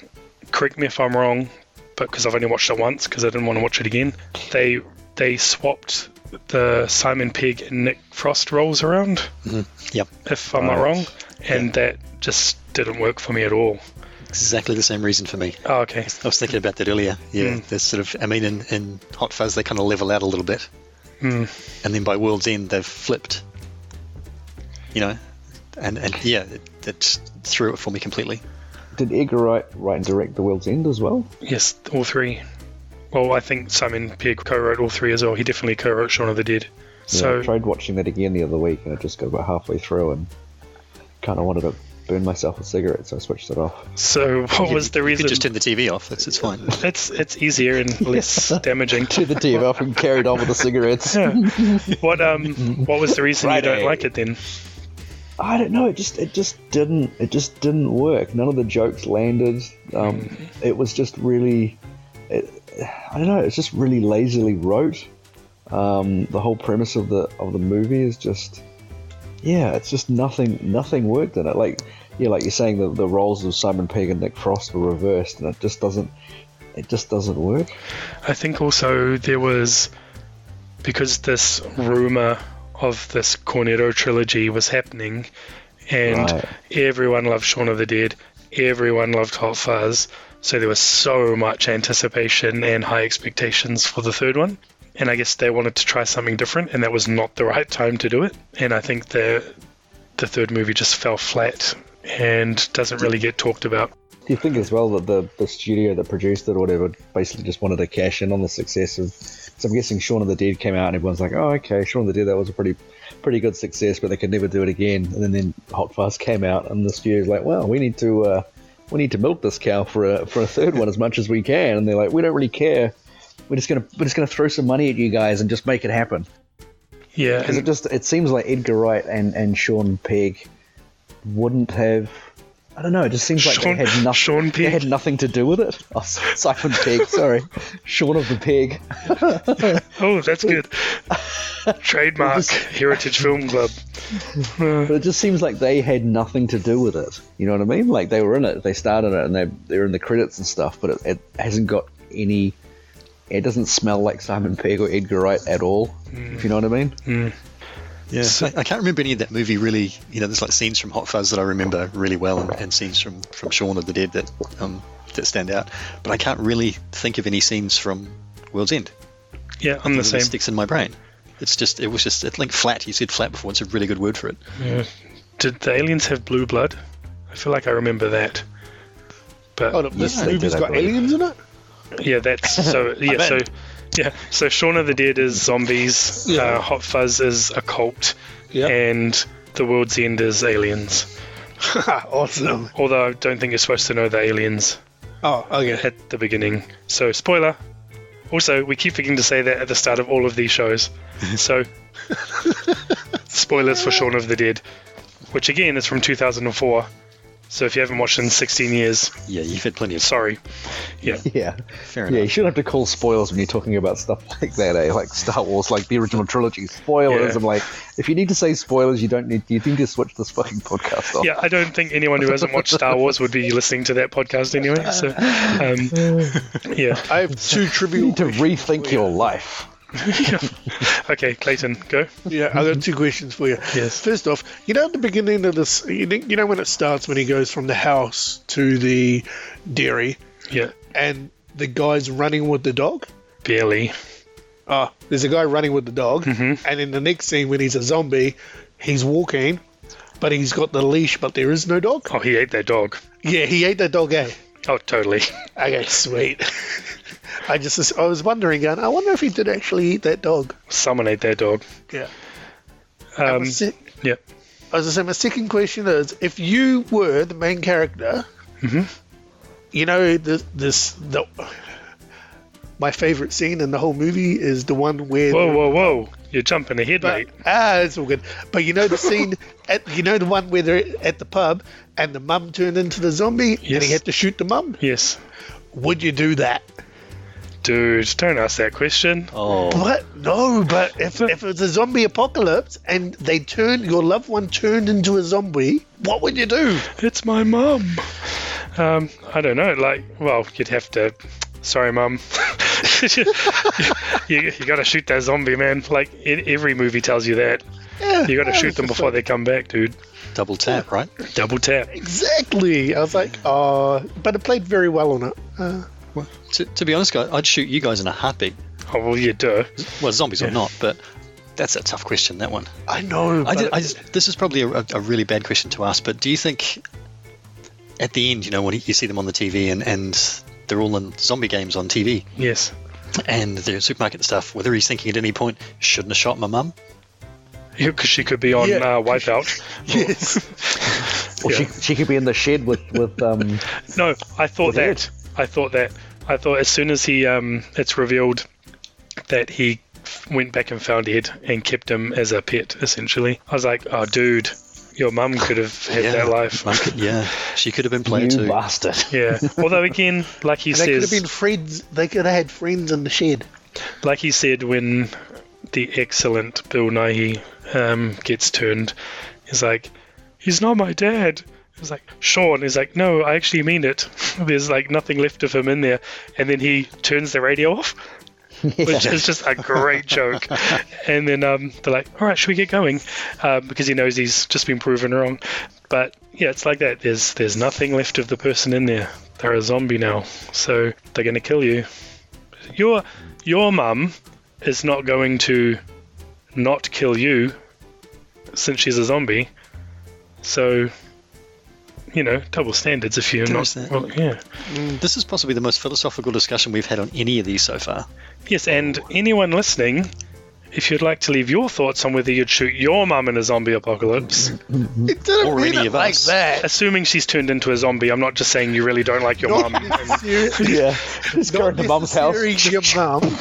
C: correct me if I'm wrong, but because I've only watched it once, because I didn't want to watch it again, they they swapped the Simon Pegg and Nick Frost roles around,
B: Yep.
C: if I'm not
E: Mm-hmm. Right.
C: wrong, and that just didn't work for me at all.
B: Exactly the same reason for me.
C: Oh, okay.
B: I was thinking about that earlier. Yeah, there's sort of, I mean, in, in Hot Fuzz, they kind of level out a little bit. And then by World's End, they've flipped. You know? And, and yeah, it, it just threw it for me completely.
E: Did Edgar Wright write and direct The World's End as well?
C: Yes, all three. Well, I think Simon Pegg co-wrote all three as well. He definitely co-wrote Shaun of the Dead.
E: Yeah,
C: So
E: I tried watching that again the other week, and I just got about halfway through and kind of wanted to burn myself a cigarette, so I switched it off.
C: so what
B: You-
C: was the
B: you
C: reason?
B: could just turn the TV off. It's, it's fine.
C: It's it's easier and less damaging.
E: Turned the TV off and carried on with the cigarettes.
C: What um what was the reason you
E: Friday.
C: don't like it then?
E: I don't know. It just it just didn't it just didn't work. None of the jokes landed. Um, it was just really, it, I don't know. It's just really lazily wrote. Um, the whole premise of the of the movie is just, yeah, it's just nothing nothing worked in it. Like yeah, like you're saying the the roles of Simon Pegg and Nick Frost were reversed, and it just doesn't it just doesn't work.
C: I think also there was because this rumor of this Cornetto trilogy was happening, and
E: Right.
C: everyone loved Shaun of the Dead, everyone loved Hot Fuzz, so there was so much anticipation and high expectations for the third one. And I guess they wanted to try something different, and that was not the right time to do it. And I think the the third movie just fell flat and doesn't really get talked about.
E: Do you think as well that the, the studio that produced it or whatever basically just wanted to cash in on the success of? So I'm guessing Shaun of the Dead came out and everyone's like, "Oh, okay, Shaun of the Dead that was a pretty, pretty good success, but they could never do it again." And then, then Hot Fuzz came out and the studio's like, "Well, we need to, uh, we need to milk this cow for a for a third one as much as we can." And they're like, "We don't really care. We're just gonna we're just gonna throw some money at you guys and just make it happen."
C: Yeah,
E: because it
C: and-
E: just it seems like Edgar Wright and and Sean Pegg wouldn't have. I don't know. It just seems like
C: Sean-
E: they had nothing.
C: Sean
E: They
C: Pegg.
E: had nothing to do with it. Oh, Simon Pegg. Sorry, Sean of the Peg.
C: oh, that's good. Trademark Heritage Film Club.
E: But it just seems like they had nothing to do with it. You know what I mean? Like they were in it, they started it, and they they're in the credits and stuff. But it, it hasn't got any. It doesn't smell like Simon Pegg or Edgar Wright at all. If you know what I mean?
C: Hmm.
B: Yeah, I, I can't remember any of that movie really. You know, there's like scenes from Hot Fuzz that I remember really well, and, and scenes from from Shaun of the Dead that um, that stand out. But I can't really think of any scenes from World's End.
C: Yeah, I'm the
B: It really
C: same.
B: sticks in my brain. It's just it was just it like flat. You said flat before. It's a really good word for it.
C: Did the aliens have blue blood? I feel like I remember that. But
D: Hold up, this
E: Yes, they
D: movie's
E: did, I
D: got
E: believe.
D: aliens in it?
C: yeah, that's so. Yeah, so yeah, so Shaun of the Dead is zombies.
D: Yeah.
C: Uh, Hot Fuzz is a cult,
D: Yeah.
C: and The World's End is aliens.
D: awesome.
C: Although I don't think you're supposed to know the aliens
D: Oh, okay.
C: at the beginning. So spoiler. Also, we keep forgetting to say that at the start of all of these shows. So spoilers for Shaun of the Dead, which again is from 2004. So if you haven't watched in 16 years,
B: Yeah, you've had plenty of
C: sorry. Yeah.
E: Yeah.
B: Fair
E: Yeah, you
B: enough.
E: shouldn't have to call spoilers when you're talking about stuff like that, eh? Like Star Wars, like the original trilogy. Spoilers.
C: Yeah.
E: I'm like, if you need to say spoilers, you don't need. You need to switch this fucking podcast off.
C: Yeah, I don't think anyone who hasn't watched Star Wars would be listening to that podcast anyway. So, um, yeah.
D: I have two
E: You
D: trivial.
E: need to rethink your life.
C: Okay, Clayton, go.
D: yeah, I got two questions for you.
C: Yes.
D: First off, you know at the beginning of this, you know, you know when it starts when he goes from the house to the dairy
C: Yeah.
D: and the guy's running with the dog.
C: Barely.
D: Oh, there's a guy running with the dog, and in the next scene when he's a zombie, he's walking, but he's got the leash, but there is no dog.
C: Oh, he ate that dog.
D: Yeah, he ate that dog, eh?
C: Oh, totally.
D: Okay, sweet. I just I was wondering, going, I wonder if he did actually eat that dog.
C: Someone ate that dog.
D: Yeah.
C: Um,
D: My se-
C: yeah.
D: I was gonna say my second question is if you were the main character, Mm-hmm. you know the, this the my favorite scene in the whole movie is the one where
C: Whoa, whoa, whoa. You're jumping ahead,
D: but,
C: mate.
D: ah it's all good. But you know the scene at you know the one where they're at the pub and the mum turned into the zombie and
C: Yes.
D: he had to shoot the mum.
C: Yes.
D: Would you do that?
C: Dude, don't ask that question.
B: Oh,
D: But no, but if if it's a zombie apocalypse and they turned your loved one turned into a zombie, what would you do?
C: It's my mum. Um, I don't know. Like, well, you'd have to. Sorry, mum. you, you gotta shoot that zombie, man. Like, e- every movie tells you that.
D: Yeah,
C: You gotta
D: I
C: shoot
D: was
C: them
D: just
C: before
D: like-
C: they come back, dude.
B: double tap, right?
C: Double tap.
D: Exactly. I was like, oh, but it played very well on it. Uh,
B: To, to be honest, guy, I'd shoot you guys in a heartbeat.
C: Oh, well, you do.
B: Well, zombies or not, but that's a tough question. That one.
D: I know.
B: I,
D: but
B: did, I
D: it-
B: just, this is probably a, a- a really bad question to ask, but do you think at the end, you know, when you see them on the TV and, and they're all in zombie games on TV
C: Yes.
B: and they're in supermarket and stuff, whether he's thinking at any point, shouldn't have shot my mum?
C: Because she could be on
D: Yeah.
C: uh, Wipeout.
D: yes.
E: Or
C: Yeah.
E: she, she could be in the shed with with um.
C: No, I thought
E: With Ed.
C: that. I thought that. I thought as soon as he, um, it's revealed that he f- went back and found Ed and kept him as a pet, essentially. I was like, oh, dude, your mum could have had
B: Yeah.
C: that life.
B: Mum could- yeah, she could have been
E: you
B: played too.
E: bastard.
C: Yeah. Although again, like he
D: they could have
C: says,
D: been friends. They could have had friends in the shed.
C: like he said when the excellent Bill Nighy um, gets turned, he's like, he's not my dad. He's like, Sean is like, no, I actually mean it. There's like nothing left of him in there, and then he turns the radio off, which is just a great joke. And then um, they're like, all right, should we get going? Um, because he knows he's just been proven wrong. But yeah, it's like that. There's there's nothing left of the person in there. They're a zombie now, so they're gonna kill you. Your your mum is not going to not kill you since she's a zombie. So you know, double standards if you're
B: There is
C: not
B: that.
C: well, yeah.
B: This is possibly the most philosophical discussion we've had on any of these so far.
C: Yes, and anyone listening, if you'd like to leave your thoughts on whether you'd shoot your mum in a zombie apocalypse,
D: It didn't
B: Or
D: mean
B: any
D: it
B: of
D: like
B: us.
D: that.
C: assuming she's turned into a zombie, I'm not just saying you really don't like your mum.
D: Seriously,
E: Yeah, just go
D: not
E: into mum's house.
D: necessarily Your mum,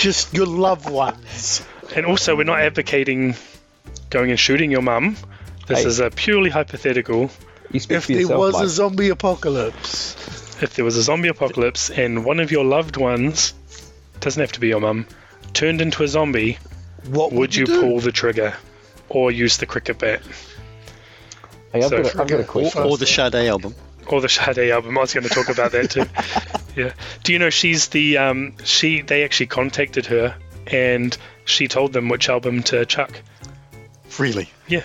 D: just your loved ones.
C: And also, we're not advocating going and shooting your mum. This
E: Hey.
C: is a purely hypothetical.
E: You speak
D: If
E: for
D: there
E: yourself,
D: was a
E: mate.
D: zombie apocalypse,
C: If there was a zombie apocalypse and one of your loved ones, doesn't have to be your mum, turned into a zombie,
D: what
C: would you
D: do?
C: pull the trigger or use the cricket bat
E: Hey, I've,
C: so
E: got a, I've got a
D: forget-
E: question.
B: Or, or the Sade album.
C: or the Sade album? I was going to talk about that too. yeah. Do you know she's the um, she? They actually contacted her and she told them which album to chuck.
B: Really?
C: Yeah.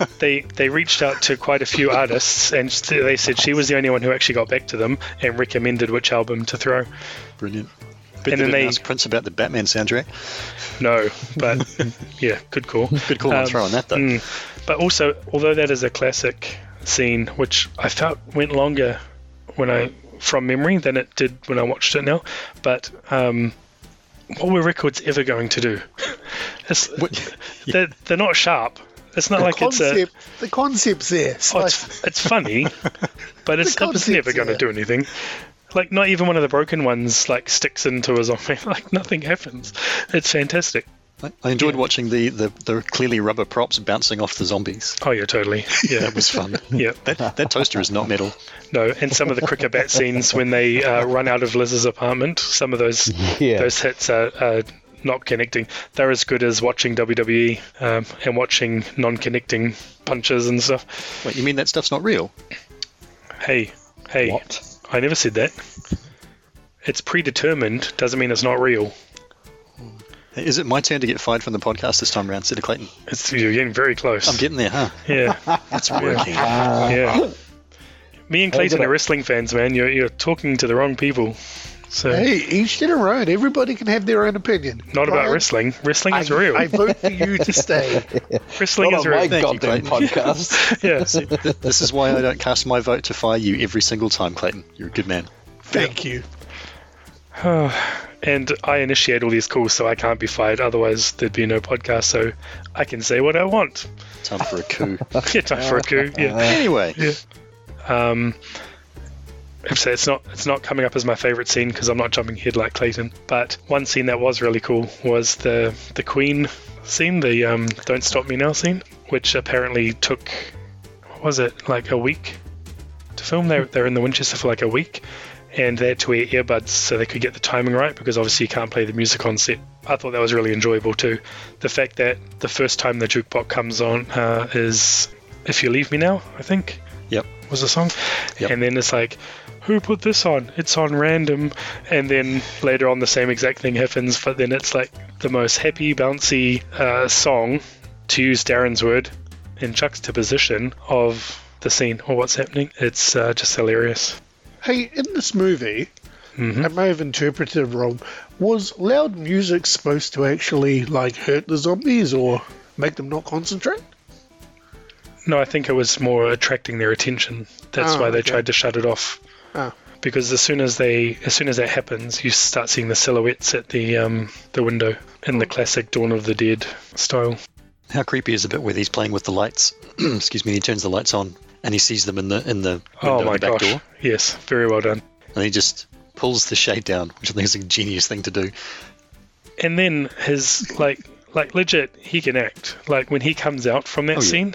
C: they they reached out to quite a few artists and s- they said she was the only one who actually got back to them and recommended which album to throw.
B: Brilliant. But
C: And
B: they
C: then
B: didn't
C: they-
B: ask Prince about the Batman soundtrack.
C: No, but yeah, good call.
B: Good call on
C: Um,
B: throwing that, though.
C: Mm. But also, although that is a classic scene, which I felt went longer when I from memory than it did when I watched it now, but um, what were records ever going to do? It's, they're, they're not sharp. It's not
D: The
C: like it's a
D: concept, the concept's there. It's
C: Oh,
D: like-
C: it's, it's funny, but it's,
D: The
C: it's never
D: concept's
C: going to
D: there.
C: do anything. Like not even one of the broken ones like sticks into a zombie. Like nothing happens. It's fantastic.
B: I, I enjoyed watching the, the, the clearly rubber props bouncing off the zombies.
C: Oh yeah, totally. Yeah,
B: That was fun.
C: yeah.
B: that, that toaster is not metal.
C: No, and some of the cricket bat scenes when they uh, run out of Liz's apartment. Some of those
E: Yeah.
C: those hits are. are not connecting. They're as good as watching WWE um, and watching non-connecting punches and stuff.
B: Wait, you mean that stuff's not real?
C: Hey, hey,
E: What?
C: I never said that. It's predetermined. Doesn't mean it's not real.
B: Is it my turn to get fired from the podcast this time around, Cedar Clayton?
C: It's, you're getting very close.
B: I'm getting there, huh?
C: yeah,
B: It's working.
C: yeah. Me and Clayton
E: good.
C: are wrestling fans, man. You're, you're talking to the wrong people. So
D: hey, each their own. Everybody can have their own opinion.
C: not about
D: Brian,
C: wrestling. Wrestling is
D: I,
C: real.
D: I vote for you to stay.
C: wrestling
E: Not
C: is
E: on Oh, my
C: real.
B: Thank you,
E: goddamn
B: Clayton.
E: podcast.
C: Yeah.
B: See, th- this is why I don't cast my vote to fire you every single time, Clayton. You're a good man.
D: Thank you.
C: And I initiate all these calls, so I can't be fired. Otherwise, there'd be no podcast. So I can say what I want.
B: Time for a coup.
C: yeah, time for a coup. Yeah.
B: anyway,
C: Um, so it's not it's not coming up as my favorite scene because I'm not jumping ahead like Clayton. But one scene that was really cool was the the Queen scene, the um, "Don't Stop Me Now" scene, which apparently took what was it like a week to film. They they're in the Winchester for like a week, and they had to wear earbuds so they could get the timing right because obviously you can't play the music on set. I thought that was really enjoyable too. The fact that the first time the jukebox comes on uh, is "If You Leave Me Now," I think
B: yep.
C: was the song.
B: Yep.
C: And then it's like, who put this on? It's on random. And then later on, the same exact thing happens, but then it's like the most happy, bouncy uh, song, to use Darren's word, in juxtaposition of the scene or what's happening. It's uh, just hilarious.
D: Hey, in this movie,
C: Mm-hmm.
D: I may have interpreted it wrong. Was loud music supposed to actually like hurt the zombies or make them not concentrate?
C: No, I think it was more attracting their attention. That's
D: Oh,
C: why they
D: okay.
C: tried to shut it off.
D: Ah.
C: Because as soon as they, as soon as that happens, you start seeing the silhouettes at the um, the window in
D: Hmm.
C: the classic Dawn of the Dead style.
B: How creepy is the bit where he's playing with the lights? Excuse me. He turns the lights on and he sees them in the in the window
C: Oh
B: in
C: my
B: the back
C: gosh!
B: door,
C: Yes, very well done.
B: and he just pulls the shade down, which I think is a genius thing to do.
C: And then his like, like legit, he can act. Like when he comes out from that
B: Oh, yeah.
C: scene,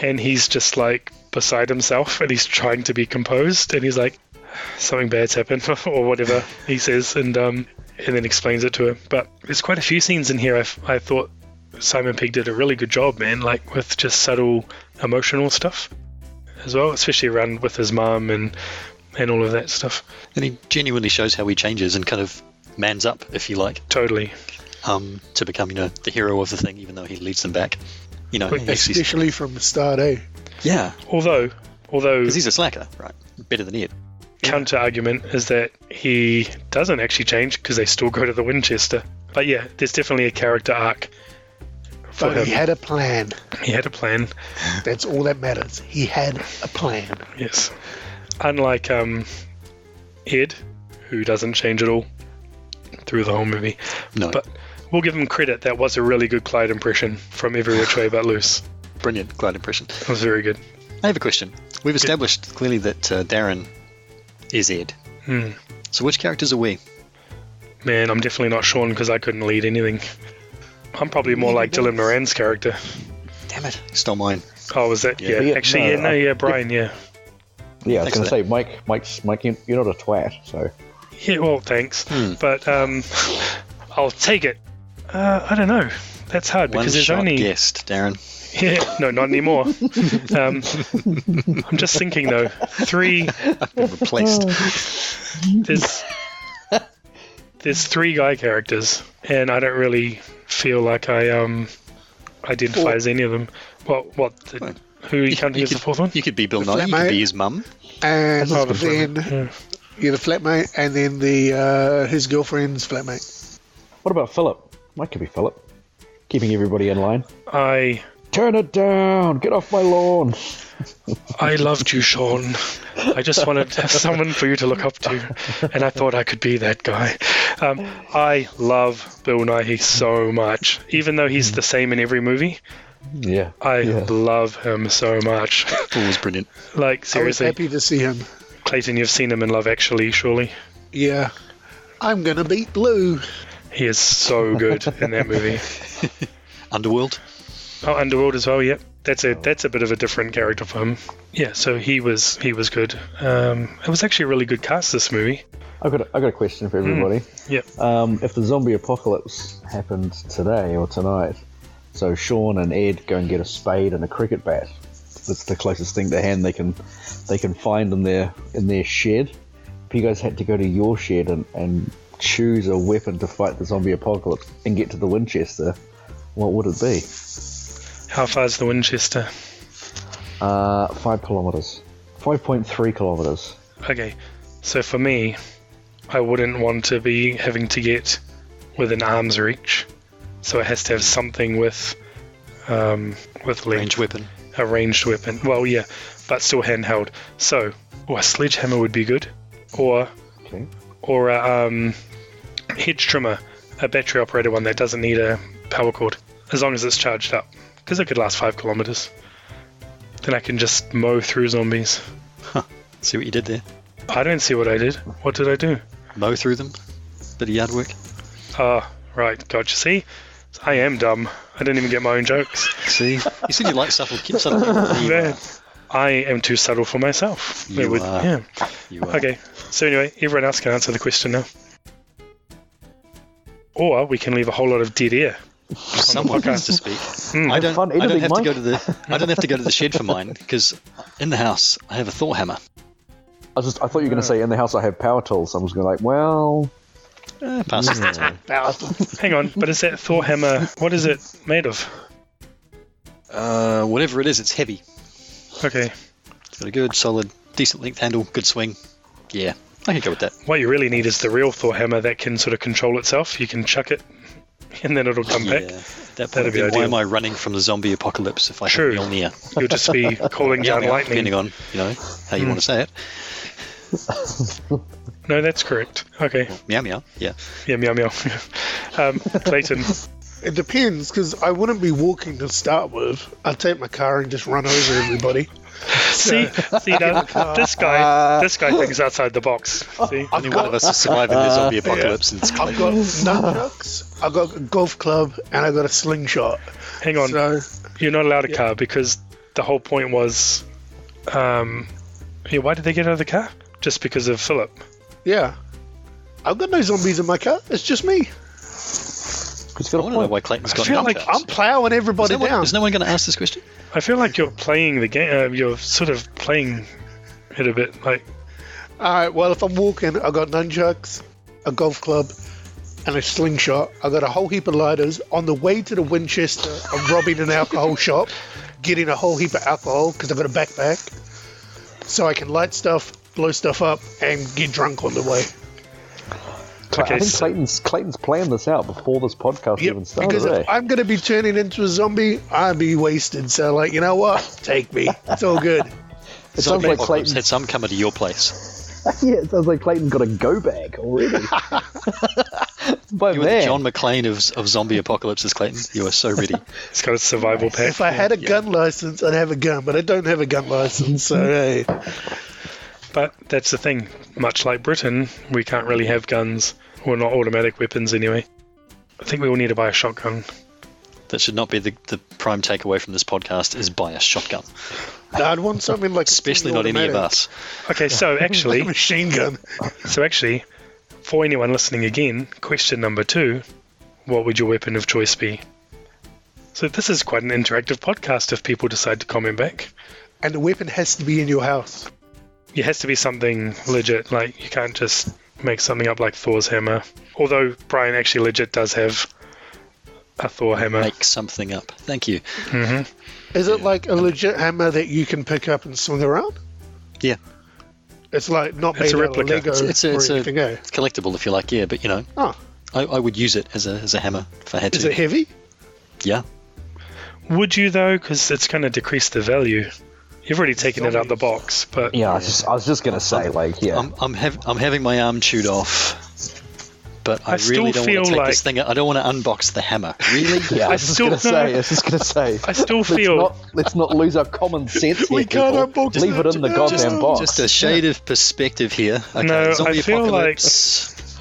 C: and he's just like beside himself, and he's trying to be composed, and he's like, something bad's happened, or whatever he says, and um, and then explains it to him. But there's quite a few scenes in here. I, f- I thought Simon Pegg did a really good job, man. Like with just subtle emotional stuff as well, especially around with his mom and and all of that stuff.
B: And he genuinely shows how he changes and kind of mans up, if you like,
C: Totally.
B: um, to become you know the hero of the thing, even though he leads them back. You know, he actually,
D: Especially from the start, eh?
B: yeah,
C: Although, although
B: because he's a slacker, right? Better than Ed.
C: counter argument is that he doesn't actually change because they still go to the Winchester. But yeah, there's definitely a character arc. For
D: But
C: him.
D: he had a plan.
C: he had a plan.
D: That's all that matters. He had a plan.
C: Yes. Unlike um, Ed, who doesn't change at all through the whole movie.
B: No,
C: But we'll give him credit. That was a really good Clyde impression from Every Which Way But Loose.
B: brilliant, glad impression.
C: That was very good.
B: I have a question. We've established clearly that uh, Darren is Ed.
C: Hmm.
B: So which characters are we?
C: Man, I'm definitely not Sean because I couldn't lead anything. I'm probably more like Dylan Moran's character.
B: Damn it. Stole mine.
C: Oh, was that?
B: Yeah.
C: Yeah.
E: Yeah,
C: Actually, yeah,
E: no,
C: no,
E: I-
C: yeah, Brian, yeah.
E: Yeah, I was
B: Thanks for
E: going to say, Mike, Mike's, Mike, you- you're not a twat, so.
C: Yeah, well, thanks.
B: Hmm.
C: But um, I'll take it. Uh, I don't know. That's hard
B: One
C: because there's
B: shot
C: only.
B: guest, Darren.
C: Yeah, no, not anymore. um, I'm just thinking though. Three,
B: I've been replaced.
C: Oh. there's there's three guy characters, and I don't really feel like I um identify as any of them. What? What? The, who are you counting
B: you
C: as the
B: could-
C: fourth one?
B: You could be Bill Nye. You
D: flatmate.
B: could be his mum.
D: And
E: That's the
D: then you're the flatmate, and then the uh, his girlfriend's flatmate.
E: What about Philip? Mike could be Philip. Keeping everybody in line.
C: I
E: Turn it down! Get off my lawn!
C: I loved you, Sean. I just wanted to have someone for you to look up to, and I thought I could be that guy. Um, I love Bill Nighy so much, even though he's the same in every movie.
E: Yeah.
C: I
E: Yeah.
C: love him so much.
B: Paul was brilliant.
C: like
D: I was
C: seriously,
D: happy to see him.
C: Clayton, you've seen him in Love Actually, surely.
D: Yeah. I'm gonna beat Blue.
C: He is so good in that movie.
B: Underworld.
C: Oh, Underworld as well. Yep, that's
D: Oh.
C: a that's a bit of a different character for him. Yeah, so he was he was good. Um, it was actually a really good cast this movie.
E: I've got a, I've got a question for everybody.
C: Hmm. Yep.
E: Um, if the zombie apocalypse happened today or tonight, so Sean and Ed go and get a spade and a cricket bat. That's the closest thing to hand they can they can find in their in their shed. If you guys had to go to your shed and, and choose a weapon to fight the zombie apocalypse and get to the Winchester, what would it be?
C: How far's the Winchester?
E: Uh, five kilometers, five point three kilometers.
C: Okay, so for me, I wouldn't want to be having to get within arm's reach. So it has to have something with um, with length.
B: Range weapon.
C: a ranged weapon. Well, yeah, but still handheld. So, or a sledgehammer would be good, or
E: Okay.
C: or a um, hedge trimmer, a battery operated one that doesn't need a power cord, as long as it's charged up, because it could last five kilometers. Then I can just mow through zombies.
B: See what you did there.
C: I don't see what I did. What did I do?
B: Mow through them. Bit of yard work.
C: Ah, right, gotcha. See, I am dumb. I didn't even get my own jokes.
B: See? You said you like subtle kids. Subtle people. You
C: Man,
B: are.
C: I am too subtle for myself. It
B: You
C: would-
B: are.
C: Yeah.
B: You uh, are.
C: Okay, so anyway, everyone else can answer the question now. Or we can leave a whole lot of dead air.
B: Someone has to speak.
C: Hmm.
B: I don't,
E: Fun,
B: I don't
E: anything,
B: have
E: Mike?
B: to go to the I don't have to go to the shed for mine because in the house I have a Thor hammer.
E: I was just I thought you were going to say in the house I have power tools. So I was going to like, well,
B: Eh, passes.
C: Hmm. Hang on, but is that Thor hammer? What is it made of?
B: Uh, whatever it is, it's heavy.
C: Okay,
B: It's got a good, solid, decent length handle, good swing. Yeah, I could go with that.
C: what you really need is the real Thor hammer that can sort of control itself. You can chuck it, and then it'll come
B: Yeah,
C: back.
B: that
C: That'd
B: would
C: be
B: be why
C: ideal.
B: am I running from the zombie apocalypse if I have
C: True.
B: Mjolnir?
C: You'll just be calling down
B: Mjolnir,
C: lightning. Hmm.
B: depending on you know how you want to say it.
C: No, that's correct. Okay,
B: Meow meow. Yeah,
C: yeah, meow meow. um, Clayton,
D: It depends, because I wouldn't be walking to start with. I'd take my car and just run over everybody.
C: see, see, now, this guy, this guy thinks outside the box. See,
B: only one of us is surviving
C: Uh,
B: the zombie apocalypse, and it's
D: I've got nunchucks, I've got a golf club, and I've got a slingshot.
C: hang on.
D: So
C: You're not allowed a car because the whole point was, um, yeah, why did they get out of the car? Just because of Philip.
D: yeah, I've got no zombies in my car. It's just me.
E: it's
B: I
E: got a
B: want to know
E: point.
B: why Clayton's
C: I
B: got
C: feel like
B: nunchucks.
D: I'm plowing
B: is,
D: everybody
B: no one,
D: down.
B: is no one going to ask this question?
C: I feel like you're playing the game. Uh, you're sort of playing it a bit. Like
D: All right. Well, if I'm walking, I've got nunchucks, a golf club, and a slingshot. I've got a whole heap of lighters. On the way to the Winchester, I'm robbing an alcohol shop, getting a whole heap of alcohol because I've got a backpack, so I can light stuff, blow stuff up, and get drunk on the way.
E: Cla-
C: Okay,
E: I think
C: so-
E: Clayton's Clayton's planned this out before this podcast
D: Yep.
E: even started.
D: Because
E: eh?
D: if I'm going to be turning into a zombie, I'd be wasted. So, like, you know what? Take me. It's all good.
E: it sounds
B: Zombie
E: like
B: apocalypse
E: Clayton.
B: had some coming to your place.
E: yeah, it sounds like Clayton got a go bag already. By
B: You were the
E: man,
B: John McClane of, of zombie apocalypses, Clayton. You are so ready.
C: it's got a survival pack.
D: If I had a gun license, I'd have a gun, but I don't have a gun license. So, hey.
C: But that's the thing. Much like Britain, we can't really have guns. Well, not automatic weapons anyway. I think we all need to buy a shotgun.
B: That should not be the, the prime takeaway from this podcast is buy a shotgun,
D: I'd want something like a
B: especially not any of
D: semi-automatic
B: us.
C: Okay, so actually,
D: machine gun.
C: So actually, for anyone listening again, question number two, what would your weapon of choice be? So this is quite an interactive podcast if people decide to comment back.
D: And the weapon has to be in your house.
C: It has to be something legit, like you can't just make something up like Thor's hammer. Although Brian actually legit does have a Thor hammer.
B: Make something up. Thank you.
D: Is it like a legit hammer that you can pick up and swing around?
B: Yeah.
D: It's like not made
C: It's a
D: out of
C: replica.
D: Lego
B: It's, it's a,
D: or
B: it's, a,
D: anything. eh?
B: it's collectible if you like, yeah. But you know,
D: Oh,
B: I, I would use it as a as a hammer if I had
D: is
B: to.
D: it heavy?
B: Yeah.
C: Would you though? Because it's going to decrease the value. You've already taken it out the box, but
E: Yeah, I was just, I was just gonna say, like, yeah,
B: I'm I'm, hav- I'm having my arm chewed off. But I,
C: I still
B: really don't
C: feel
B: want to take
C: like-
B: this thing. out. I don't want to unbox the hammer. Really?
E: yeah. I, was
C: still-
E: just gonna say, I was just gonna say.
C: I still
E: Let's
C: feel
E: not, let's not lose our common sense here.
D: We can't
E: people.
D: unbox
E: Leave it
D: that
E: in the
D: now.
E: goddamn box.
B: Just a shade of perspective here. Okay,
C: No,
B: zombie
C: I feel like-
B: apocalypse.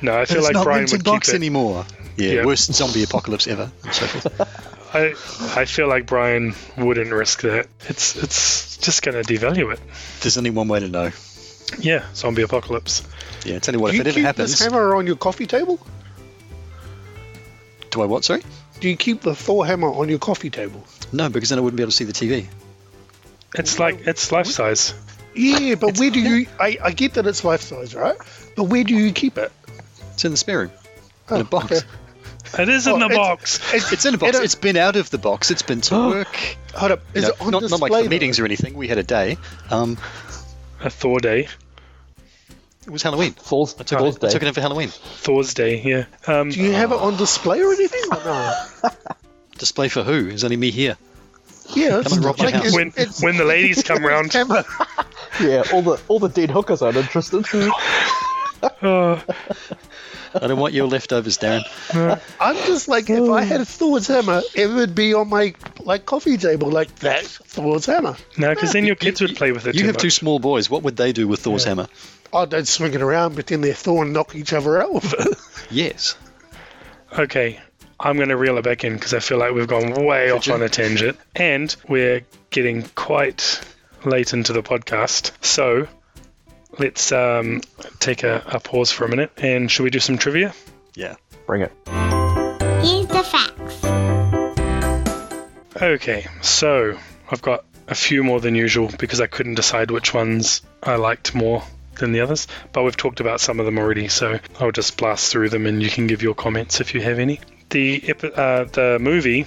C: no. I feel
B: it's
C: like
B: not
C: Brian
B: meant to
C: would keep
B: box
C: it.
B: anymore. Yeah,
C: Yeah.
B: worst zombie apocalypse ever. and so forth.
C: I I feel like Brian wouldn't risk that. It's it's just going to devalue it.
B: There's only one way to know.
C: Yeah, zombie apocalypse.
B: Yeah, tell you what,
D: Do you
B: if it
D: keep
B: ever
D: this
B: happens,
D: hammer on your coffee table?
B: do I what? Sorry,
D: Do you keep the Thor hammer on your coffee table?
B: no, because then I wouldn't be able to see the TV.
C: It's like it's life size.
D: Yeah, but where do you? I, I get that it's life size, right? But where do you keep it?
B: It's in the spare room,
D: Oh,
B: in a box.
D: okay.
C: It is in
D: Oh,
C: the
D: it's-
C: box.
B: It's in a box.
D: It-
B: It's been out of the box. It's been to work.
D: Hold up, is
B: You know,
D: it on
B: not,
D: display?
B: not like for
D: though?
B: meetings or anything. We had a day. Um,
C: A Thor day,
B: it was Halloween.
E: Falls,
B: I took,
E: falls
B: it, I
E: day.
B: took it in for Halloween.
C: Thor's day. Yeah. Um,
D: Do you have it on display or anything? Or no?
B: Display for who? It's only me here.
D: Yeah, it's
B: and rock my
D: like
B: house.
D: it's-
C: when
D: it's
C: when the ladies come round,
D: hammer.
E: Yeah, all the all the dead hookers aren't interested.
C: uh,
B: I don't want your leftovers, Darren.
D: I'm just like, if I had Thor's hammer, it would be on my like coffee table, like that Thor's hammer.
C: no, because then your kids would play with it.
B: You
C: too
B: have
C: much.
B: two small boys. What would they do with Thor's hammer?
D: Oh, don't swing it around, but then they're Thor and knock each other out with it.
B: Yes.
C: Okay, I'm going to reel it back in because I feel like we've gone way off
B: you?
C: on a tangent and we're getting quite late into the podcast. So let's um, take a, a pause for a minute and should we do some trivia?
B: Yeah.
E: Bring it.
F: Here's the facts.
C: Okay, so I've got a few more than usual because I couldn't decide which ones I liked more than the others, but we've talked about some of them already, so I'll just blast through them and you can give your comments if you have any. The epi- uh, the movie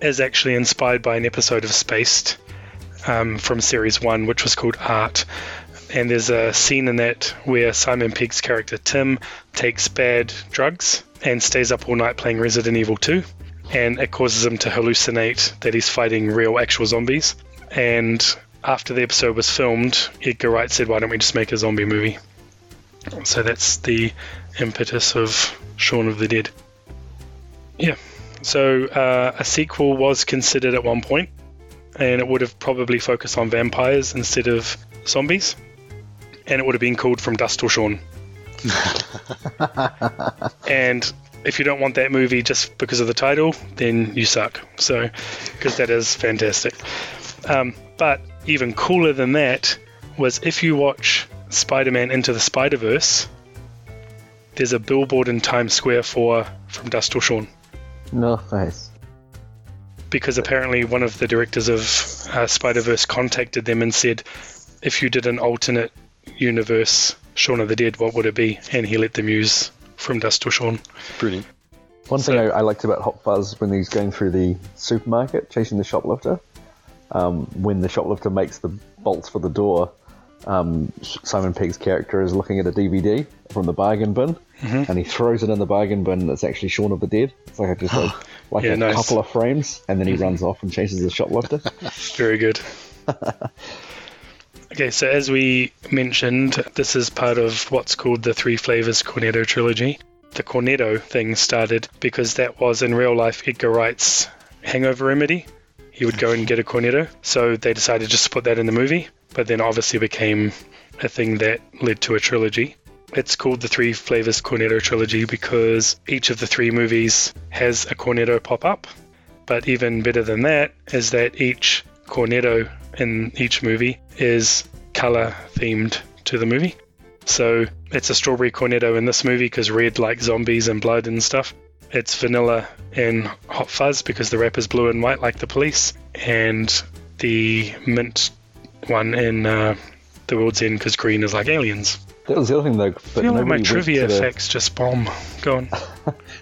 C: is actually inspired by an episode of Spaced um, from series one, which was called Art. And there's a scene in that where Simon Pegg's character Tim takes bad drugs and stays up all night playing Resident Evil 2 and it causes him to hallucinate that he's fighting real actual zombies. And after the episode was filmed, Edgar Wright said, "Why don't we just make a zombie movie?" So that's the impetus of Shaun of the Dead. Yeah. So uh, a sequel was considered at one point, and it would have probably focused on vampires instead of zombies, and it would have been called From Dust Till Shaun. and if you don't want that movie just because of the title, then you suck. So, because that is fantastic. Um, but even cooler than that was if you watch Spider Man Into the Spider Verse, there's a billboard in Times Square for From Dust Till Shaun.
E: No, nice.
C: Because apparently one of the directors of uh, Spider Verse contacted them and said, if you did an alternate universe Shaun of the Dead, what would it be? And he let them use From Dust Till Shaun.
B: Brilliant.
E: One thing I, I liked about Hot Fuzz when he's going through the supermarket chasing the shoplifter, um, when the shoplifter makes the bolts for the door, um, Simon Pegg's character is looking at a DVD from the bargain bin,
C: Mm-hmm.
E: and he throws it in the bargain bin. It's actually Shaun of the Dead. It's like a, just a, like
C: Yeah,
E: a
C: nice. Mm-hmm.
E: couple of frames, and then he runs off and chases the shoplifter.
C: Very good. okay, so as we mentioned, this is part of what's called the Three Flavors Cornetto trilogy. The Cornetto thing started because that was in real life Edgar Wright's hangover remedy. He would go and get a Cornetto. So they decided just to put that in the movie, but then obviously became a thing that led to a trilogy. It's called the Three Flavors Cornetto Trilogy because each of the three movies has a cornetto pop up. But even better than that is that each cornetto in each movie is color themed to the movie. So it's a strawberry cornetto in this movie because red like zombies and blood and stuff. It's vanilla and hot fuzz because the wrapper's blue and white like the police. And the mint one in uh, The World's End because green is like aliens.
E: That was the other thing, though. But
C: I feel like
E: nobody
C: my
E: went
C: trivia
E: to the,
C: facts just bomb. Go on.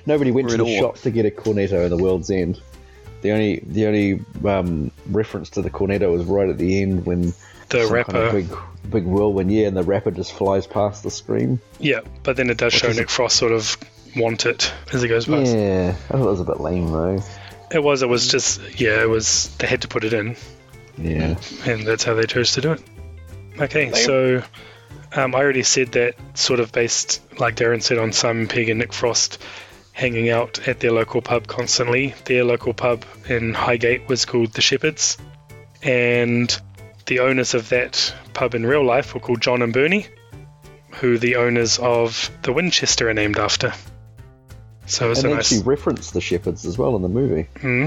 E: Nobody went
B: We're
E: to the
B: in awe.
E: shop to get a cornetto in the World's End. The only the only um, reference to the cornetto was right at the end when
C: The
E: some kind
C: rapper.
E: of big big whirlwind, yeah, and the rapper just flies past the screen.
C: Yeah, but then it does show
E: is
C: Nick Frost sort of want it as he goes past.
E: Yeah, I thought it was a bit lame though.
C: It was, it was just, yeah, it was, they had to put it in,
E: Yeah,
C: and that's how they chose to do it. Okay, so um, I already said that sort of based, like Darren said, on Simon Pegg and Nick Frost hanging out at their local pub constantly. Their local pub in Highgate was called The Shepherds, and the owners of that pub in real life were called John and Bernie, who the owners of the Winchester are named after. So it's
E: and
C: a
E: they
C: nice.
E: actually referenced the shepherds as well in the movie
C: Hmm.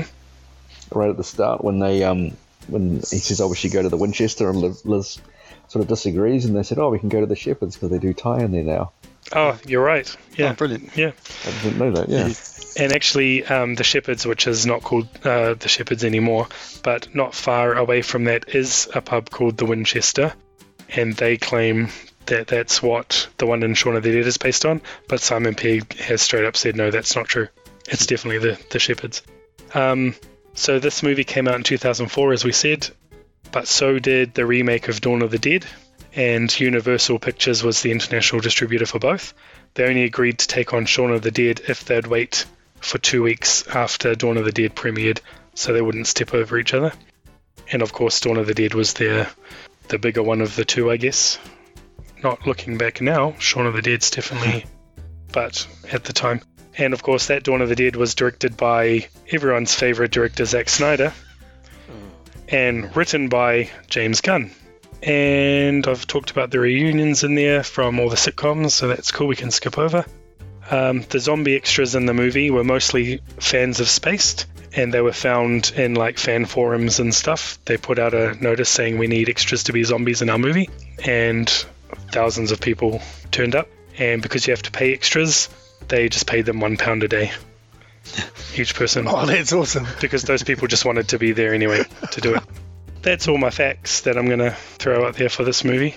E: right at the start when they um when he says, "Oh, we should go to the Winchester," and Liz, Liz sort of disagrees, and they said, "Oh, we can go to the shepherds because they do tie in there now."
C: Oh, you're right.
B: Yeah,
C: Yeah.
B: brilliant.
C: yeah.
E: I didn't know that. Yeah,
C: And actually, um, the Shepherds, which is not called uh, the Shepherds anymore, but not far away from that is a pub called the Winchester, and they claim that that's what the one in Shaun of the Dead is based on. But Simon Pegg has straight up said, no, that's not true. It's definitely the the Shepherds. Um, so this movie came out in 2004, as we said, but so did the remake of Dawn of the Dead, and Universal Pictures was the international distributor for both. They only agreed to take on Shaun of the Dead if they'd wait for two weeks after Dawn of the Dead premiered, so they wouldn't step over each other. And of course, Dawn of the Dead was their the bigger one of the two, I guess. Not looking back now, Shaun of the Dead's definitely, but at the time. And of course, that Dawn of the Dead was directed by everyone's favorite director, Zack Snyder, and written by James Gunn. And I've talked about the reunions in there from all the sitcoms, so that's cool, we can skip over. Um, the zombie extras in the movie were mostly fans of Spaced, and they were found in like fan forums and stuff. They put out a notice saying we need extras to be zombies in our movie, and thousands of people turned up. And because you have to pay extras, they just paid them one pound a day, each person,
D: Oh, that's awesome.
C: because those people just wanted to be there anyway to do it. That's all my facts that I'm gonna throw out there for this movie.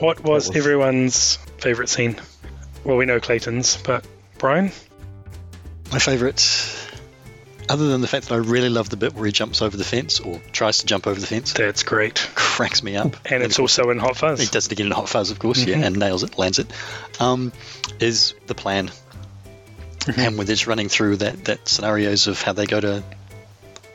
C: What was,
E: was-
C: everyone's favorite scene? Well, we know Clayton's, but Brian.
B: My favourite, other than the fact that I really love the bit where he jumps over the fence or tries to jump over the fence,
C: That's great.
B: cracks me up.
C: And it's also in Hot
B: He
C: Fuzz.
B: does it again in Hot Fuzz, of course,
C: Mm-hmm.
B: yeah, and nails it, lands it. Um, is the plan,
C: Mm-hmm.
B: and with it's running through that that scenarios of how they go to,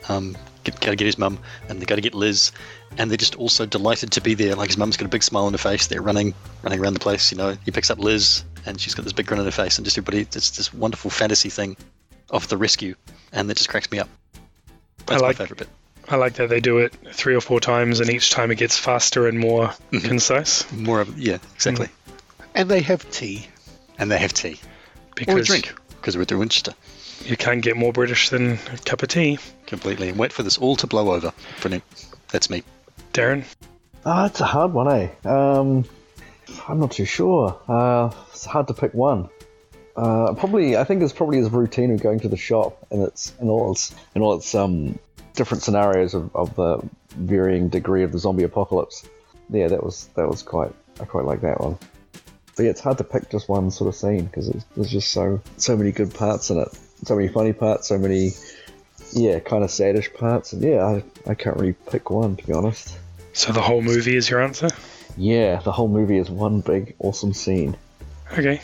B: um, get, gotta get his mum, and they gotta get Liz, and they're just also delighted to be there. Like his mum's got a big smile on her face. They're running, running around the place. You know, he picks up Liz, and she's got this big grin on her face, and just everybody, it's this wonderful fantasy thing of the rescue, and that just cracks me up. That's
C: like-
B: my favorite bit.
C: I like that they do it three or four times, and each time it gets faster and more concise. Mm.
B: More of yeah, Mm-hmm. exactly.
D: And they have tea.
B: And they have tea
C: Because
B: or a drink because we're doing Winchester.
C: you can't get more British than a cup of tea.
B: Completely. And wait for this all to blow over. Brilliant. That's me.
C: Darren.
E: ah, it's a hard one, eh? Um, I'm not too sure. Uh, it's hard to pick one. Uh, probably, I think it's probably his routine of going to the shop and its and all its and all its um different scenarios of, of the varying degree of the zombie apocalypse. Yeah, that was that was quite I quite like that one. But yeah, it's hard to pick just one sort of scene because there's just so so many good parts in it, so many funny parts, so many yeah kind of saddish parts, and yeah, I, I can't really pick one to be honest.
C: So the whole movie is your answer?
E: Yeah, the whole movie is one big awesome scene.
C: Okay.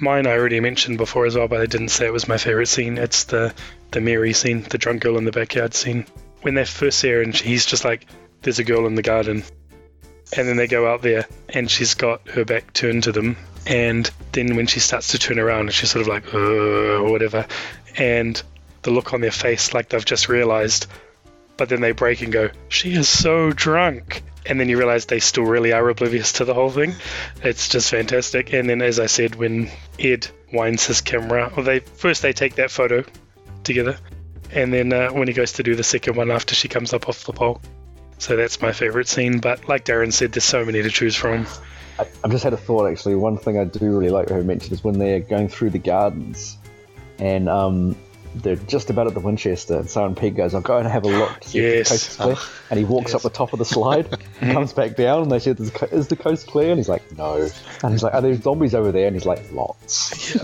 C: Mine I already mentioned before as well, but I didn't say it was my favourite scene. It's the the Mary scene, the drunk girl in the backyard scene. When they first see her and he's just like, There's a girl in the garden and then they go out there and she's got her back turned to them and then when she starts to turn around she's sort of like "Uh," or whatever and the look on their face like they've just realized but then they break and go she is so drunk and then you realize they still really are oblivious to the whole thing. It's just fantastic. And then, as I said, when Ed winds his camera, well, they first they take that photo together, and then uh, when he goes to do the second one after she comes up off the pole. So that's my favorite scene. But like Darren said, there's so many to choose from.
E: I, I've just had a thought actually. One thing I do really like her mentioned is when they're going through the gardens, and um, they're just about at the Winchester, and Siren Pig goes, "I'll go and have a look." To see if the
C: Yes.
E: coast is clear." and he walks up the top of the slide, comes back down, and they said, "Is the co- "Is the coast clear?" And he's like, "No." And he's like, "Are there zombies over there?" And he's like, "Lots."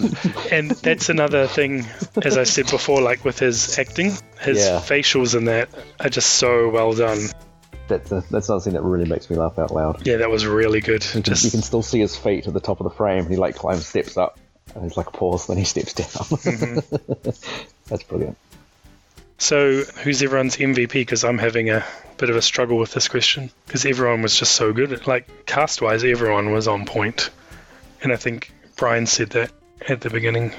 C: and that's another thing, as I said before, like with his acting, his
E: Yeah.
C: facials in that are just so well done.
E: That's a, that's another thing that really makes me laugh out loud.
C: Yeah, that was really good.
E: You can
C: Just
E: still see his feet at the top of the frame. He like climbs, steps up, and he's like, "Pause." Then he steps down.
C: Mm-hmm.
E: that's brilliant.
C: so, who's everyone's MVP? Because I'm having a bit of a struggle with this question because everyone was just so good. Like cast-wise, everyone was on point, and I think Brian said that at the beginning.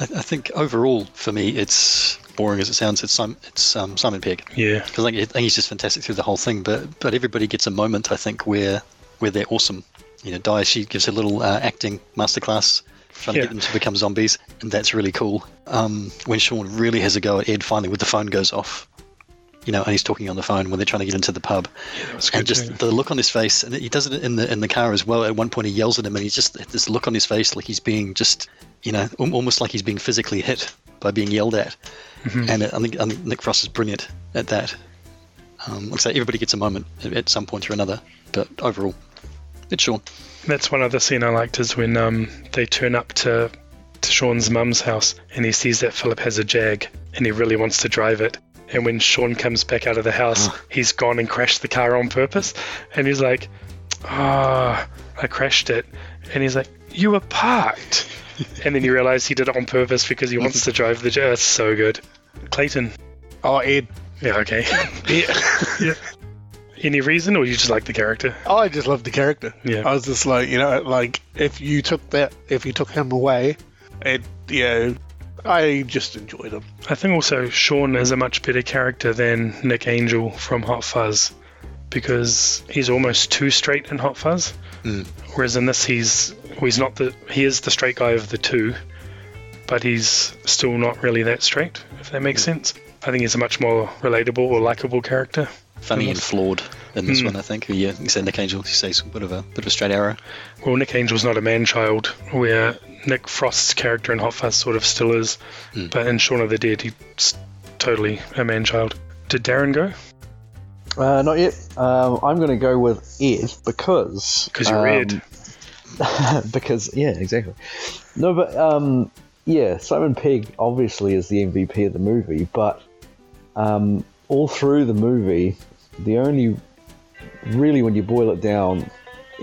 B: I, I think overall, for me, it's boring as it sounds. It's Simon, it's um, Simon Pegg.
C: Yeah,
B: because I think he's just fantastic through the whole thing. But but everybody gets a moment, I think, where where they're awesome. You know, Di she gives a little uh, acting masterclass, trying
C: Yeah.
B: to get them to become zombies, and that's really cool. Um, when Sean really has a go at Ed, finally, with the phone goes off, you know, and he's talking on the phone when they're trying to get into the pub,
C: that was
B: and
C: good.
B: just
C: too.
B: the look on his face, and he does it in the in the car as well. At one point, he yells at him, and he's just this look on his face, like he's being just, you know, al- almost like he's being physically hit by being yelled at.
C: Mm-hmm.
B: And I think, I think Nick Frost is brilliant at that. Um, like I say, everybody gets a moment at, at some point or another, but overall, it's Sean.
C: That's one other scene I liked is when um, they turn up to, to Sean's mum's house and he sees that Philip has a Jag and he really wants to drive it. And when Sean comes back out of the house, he's gone and crashed the car on purpose. And he's like, Ah, I crashed it. And he's like, You were parked. and then you realize he did it on purpose because he wants to drive the Jag. That's so good. Clayton.
D: Oh, Ed.
C: Yeah, okay. yeah. Any reason, or you just like the character?
D: I just love the character.
C: Yeah.
D: I was just like, you know, like if you took that, if you took him away, it, you know, I just enjoyed him.
C: I think also Sean is a much better character than Nick Angel from Hot Fuzz because he's almost too straight in Hot Fuzz. Whereas in this, he's well, he's not the he is the straight guy of the two, but he's still not really that straight. If that makes sense, I think he's a much more relatable or likable character.
B: Funny and flawed in
C: Hmm.
B: this one, I think. Yeah, you said Nick Angel, he says a bit of a bit of a straight arrow.
C: Well, Nick Angel's not a man child, where Nick Frost's character in Hot Fuzz sort of still is, but in Shaun of the Dead, he's totally a man child. Did Darren go?
E: Uh, not yet. Um, I'm going to go with Ed because
C: Because you're
E: um,
C: red.
E: because yeah, exactly. No, but um, yeah, Simon Pegg obviously is the MVP of the movie, but um, all through the movie, the only really when you boil it down,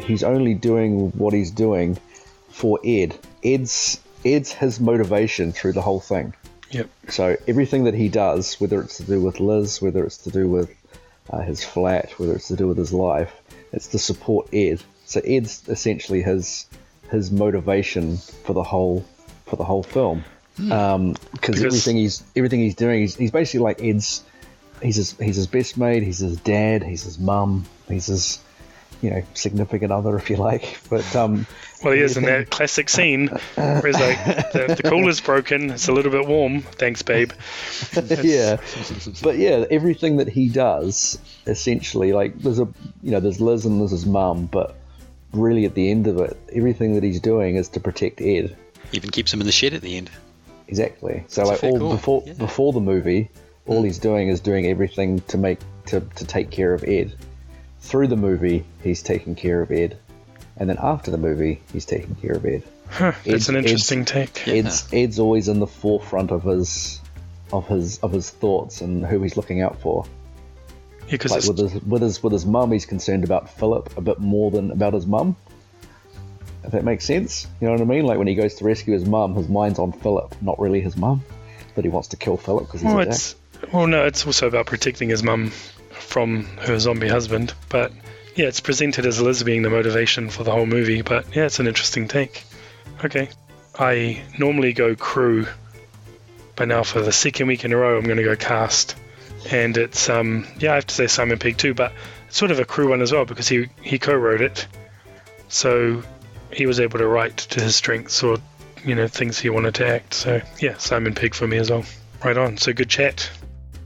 E: he's only doing what he's doing for Ed. Ed's Ed's his motivation through the whole thing.
C: Yep.
E: So everything that he does, whether it's to do with Liz, whether it's to do with uh, his flat, whether it's to do with his life, it's to support Ed. So Ed's essentially his his motivation for the whole for the whole film. Um, because everything he's everything he's doing, he's, he's basically like Ed's. He's his he's his best mate. He's his dad. He's his mum. He's his you know significant other, if you like. But um,
C: Well, he is in that classic scene where he's like, the, the cooler's broken, it's a little bit warm. Thanks, babe.
E: yeah, but yeah, everything that he does, essentially, like there's a you know there's Liz and there's his mum, but really at the end of it, everything that he's doing is to protect Ed.
B: Even keeps him in the shed at the end.
E: Exactly. So
B: a
E: like
B: fair
E: all
B: call,
E: before
B: yeah.
E: before the movie, all he's doing is doing everything to make to, to take care of Ed. Through the movie, he's taking care of Ed, and then after the movie, he's taking care of Ed.
C: That's
E: Ed's-
C: an
E: Ed's-
C: interesting take.
E: Ed's Ed's always in the forefront of his of his of his thoughts and who he's looking out for.
C: Because
E: Like with
C: it's,
E: his with his with his mum, he's concerned about Philip a bit more than about his mum. If that makes sense, you know what I mean. Like when he goes to rescue his mum, his mind's on Philip, not really his mum. But he wants to kill Philip because he's
C: well,
E: a dick.
C: it's, well, no, it's also about protecting his mum from her zombie husband. But yeah, it's presented as Liz being the motivation for the whole movie. But yeah, it's an interesting take. Okay. I normally go crew, but now for the second week in a row, I'm going to go cast. And it's, um, yeah, I have to say Simon Pegg too, but sort of a crew one as well because he he co-wrote it, so he was able to write to his strengths or you know things he wanted to act. So yeah, Simon Pig for me as well. Right on. So good chat.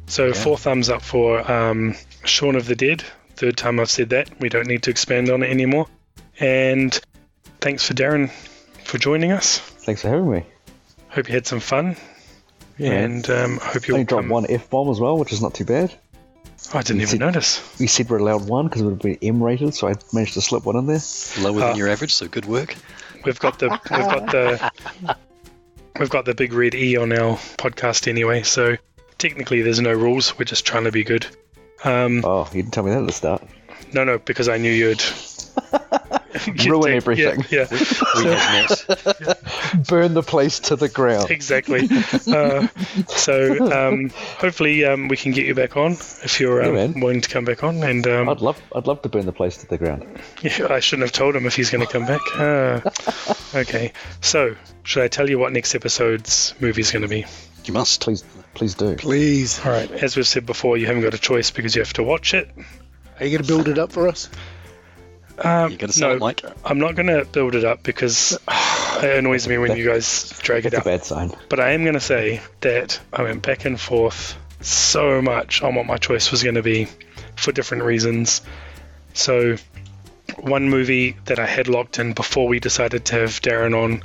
C: So four thumbs up for um, Shaun of the Dead. Third time I've said that. We don't need to expand on it anymore. And thanks for Darren for joining us.
E: Thanks for having me.
C: Hope you had some fun. And um, I hope
E: I
C: you'll
E: only dropped
C: come-
E: one F bomb as well, which is not too bad.
C: I didn't even notice.
E: We said we're allowed one because it would be M rated, so I managed to slip one in there.
B: Lower than
C: Ah.
B: your average, so good work.
C: We've got the we've got the we've got the big red E on our podcast anyway. So technically, there's no rules. We're just trying to be good. Um,
E: Oh, you didn't tell me that at the start.
C: no, no, because I knew you'd you'd
E: Ruin
C: take-
E: everything.
C: Yeah, yeah,
B: We have met.
E: Burn the place to the ground.
C: exactly. uh, so um, hopefully um, we can get you back on if you're um,
E: man.
C: willing to come back on. And um,
E: I'd love, I'd love to burn the place to the ground.
C: Yeah, I shouldn't have told him if he's going to come back. Uh, okay, so should I tell you what next episode's movie's going to be?
B: You must.
E: Please, please do.
D: Please.
C: All right, as we've said before, you haven't got a choice because you have to watch it.
D: Are you going to build it up for us?
C: Um,
B: You gotta sell
C: no,
B: it, Mike.
C: I'm not going to build it up because it annoys me when you guys drag it
E: That's a
C: out.
E: bad sign.
C: But I am going to say that I went back and forth so much on what my choice was going to be for different reasons. So, one movie that I had locked in before we decided to have Darren on,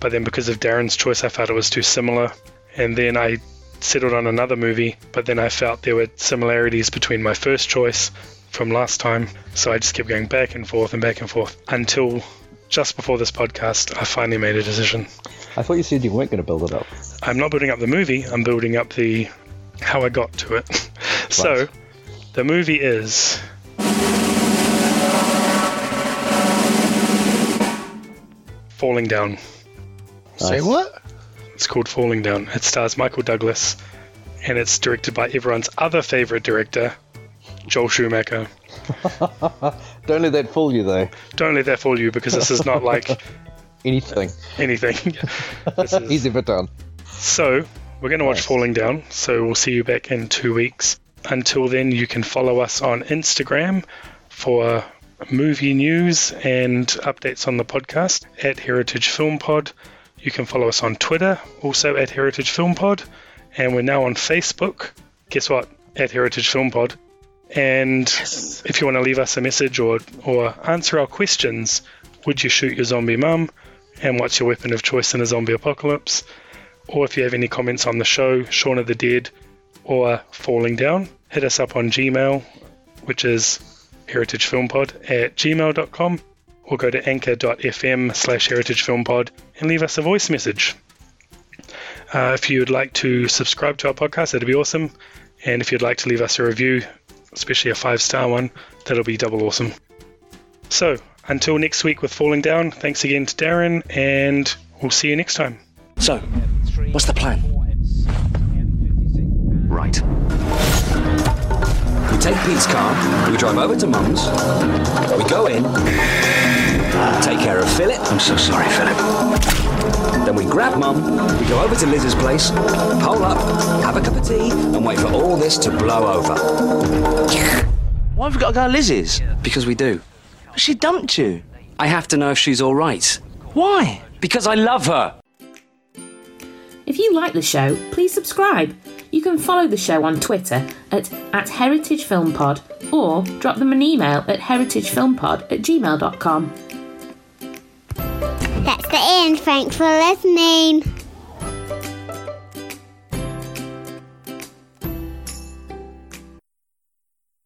C: but then because of Darren's choice, I felt it was too similar. And then I settled on another movie, but then I felt there were similarities between my first choice from last time. So I just kept going back and forth and back and forth until just before this podcast, I finally made a decision.
E: I thought you said you weren't going to build it up.
C: I'm not building up the movie, I'm building up the how I got to it. so,
E: Right.
C: the movie is Falling Down.
D: Say
E: Nice.
D: what?
C: It's called Falling Down. It stars Michael Douglas and it's directed by everyone's other favorite director, Joel Schumacher.
E: Don't let that fool you, though.
C: Don't let that fool you because this is not like
E: Anything
C: anything. This is-
E: he's ever done.
C: So, we're going to watch
E: Nice.
C: Falling Down. So, we'll see you back in two weeks. Until then, you can follow us on Instagram for movie news and updates on the podcast at Heritage Film Pod. You can follow us on Twitter, also at Heritage Film Pod. And we're now on Facebook. Guess what? At Heritage Film Pod. And if you want to leave us a message or, or answer our questions, would you shoot your zombie mum? And what's your weapon of choice in a zombie apocalypse? or if you have any comments on the show, Shaun of the Dead, or Falling Down, hit us up on Gmail, which is heritagefilmpod at gmail.com, or go to anchor.fm slash heritagefilmpod and leave us a voice message. Uh, if you'd like to subscribe to our podcast, that'd be awesome. And if you'd like to leave us a review, especially a five star one, that'll be double awesome. So, until next week with Falling Down, thanks again to Darren, and we'll see you next time.
G: So, what's the plan? Right. We take Pete's car, we drive over to Mum's, we go in, take care of Philip. I'm so sorry, Philip. Then we grab Mum, we go over to Liz's place, hole up, have a cup of tea, and wait for all this to blow over.
H: Why have we got to go to Liz's?
G: Because we do.
H: She dumped you.
G: I have to know if she's alright.
H: Why?
G: Because I love her.
A: If you like the show, please subscribe. You can follow the show on Twitter at, at Heritage Film Pod or drop them an email at heritagefilmpod at gmail.com.
F: That's the end. Thanks for listening.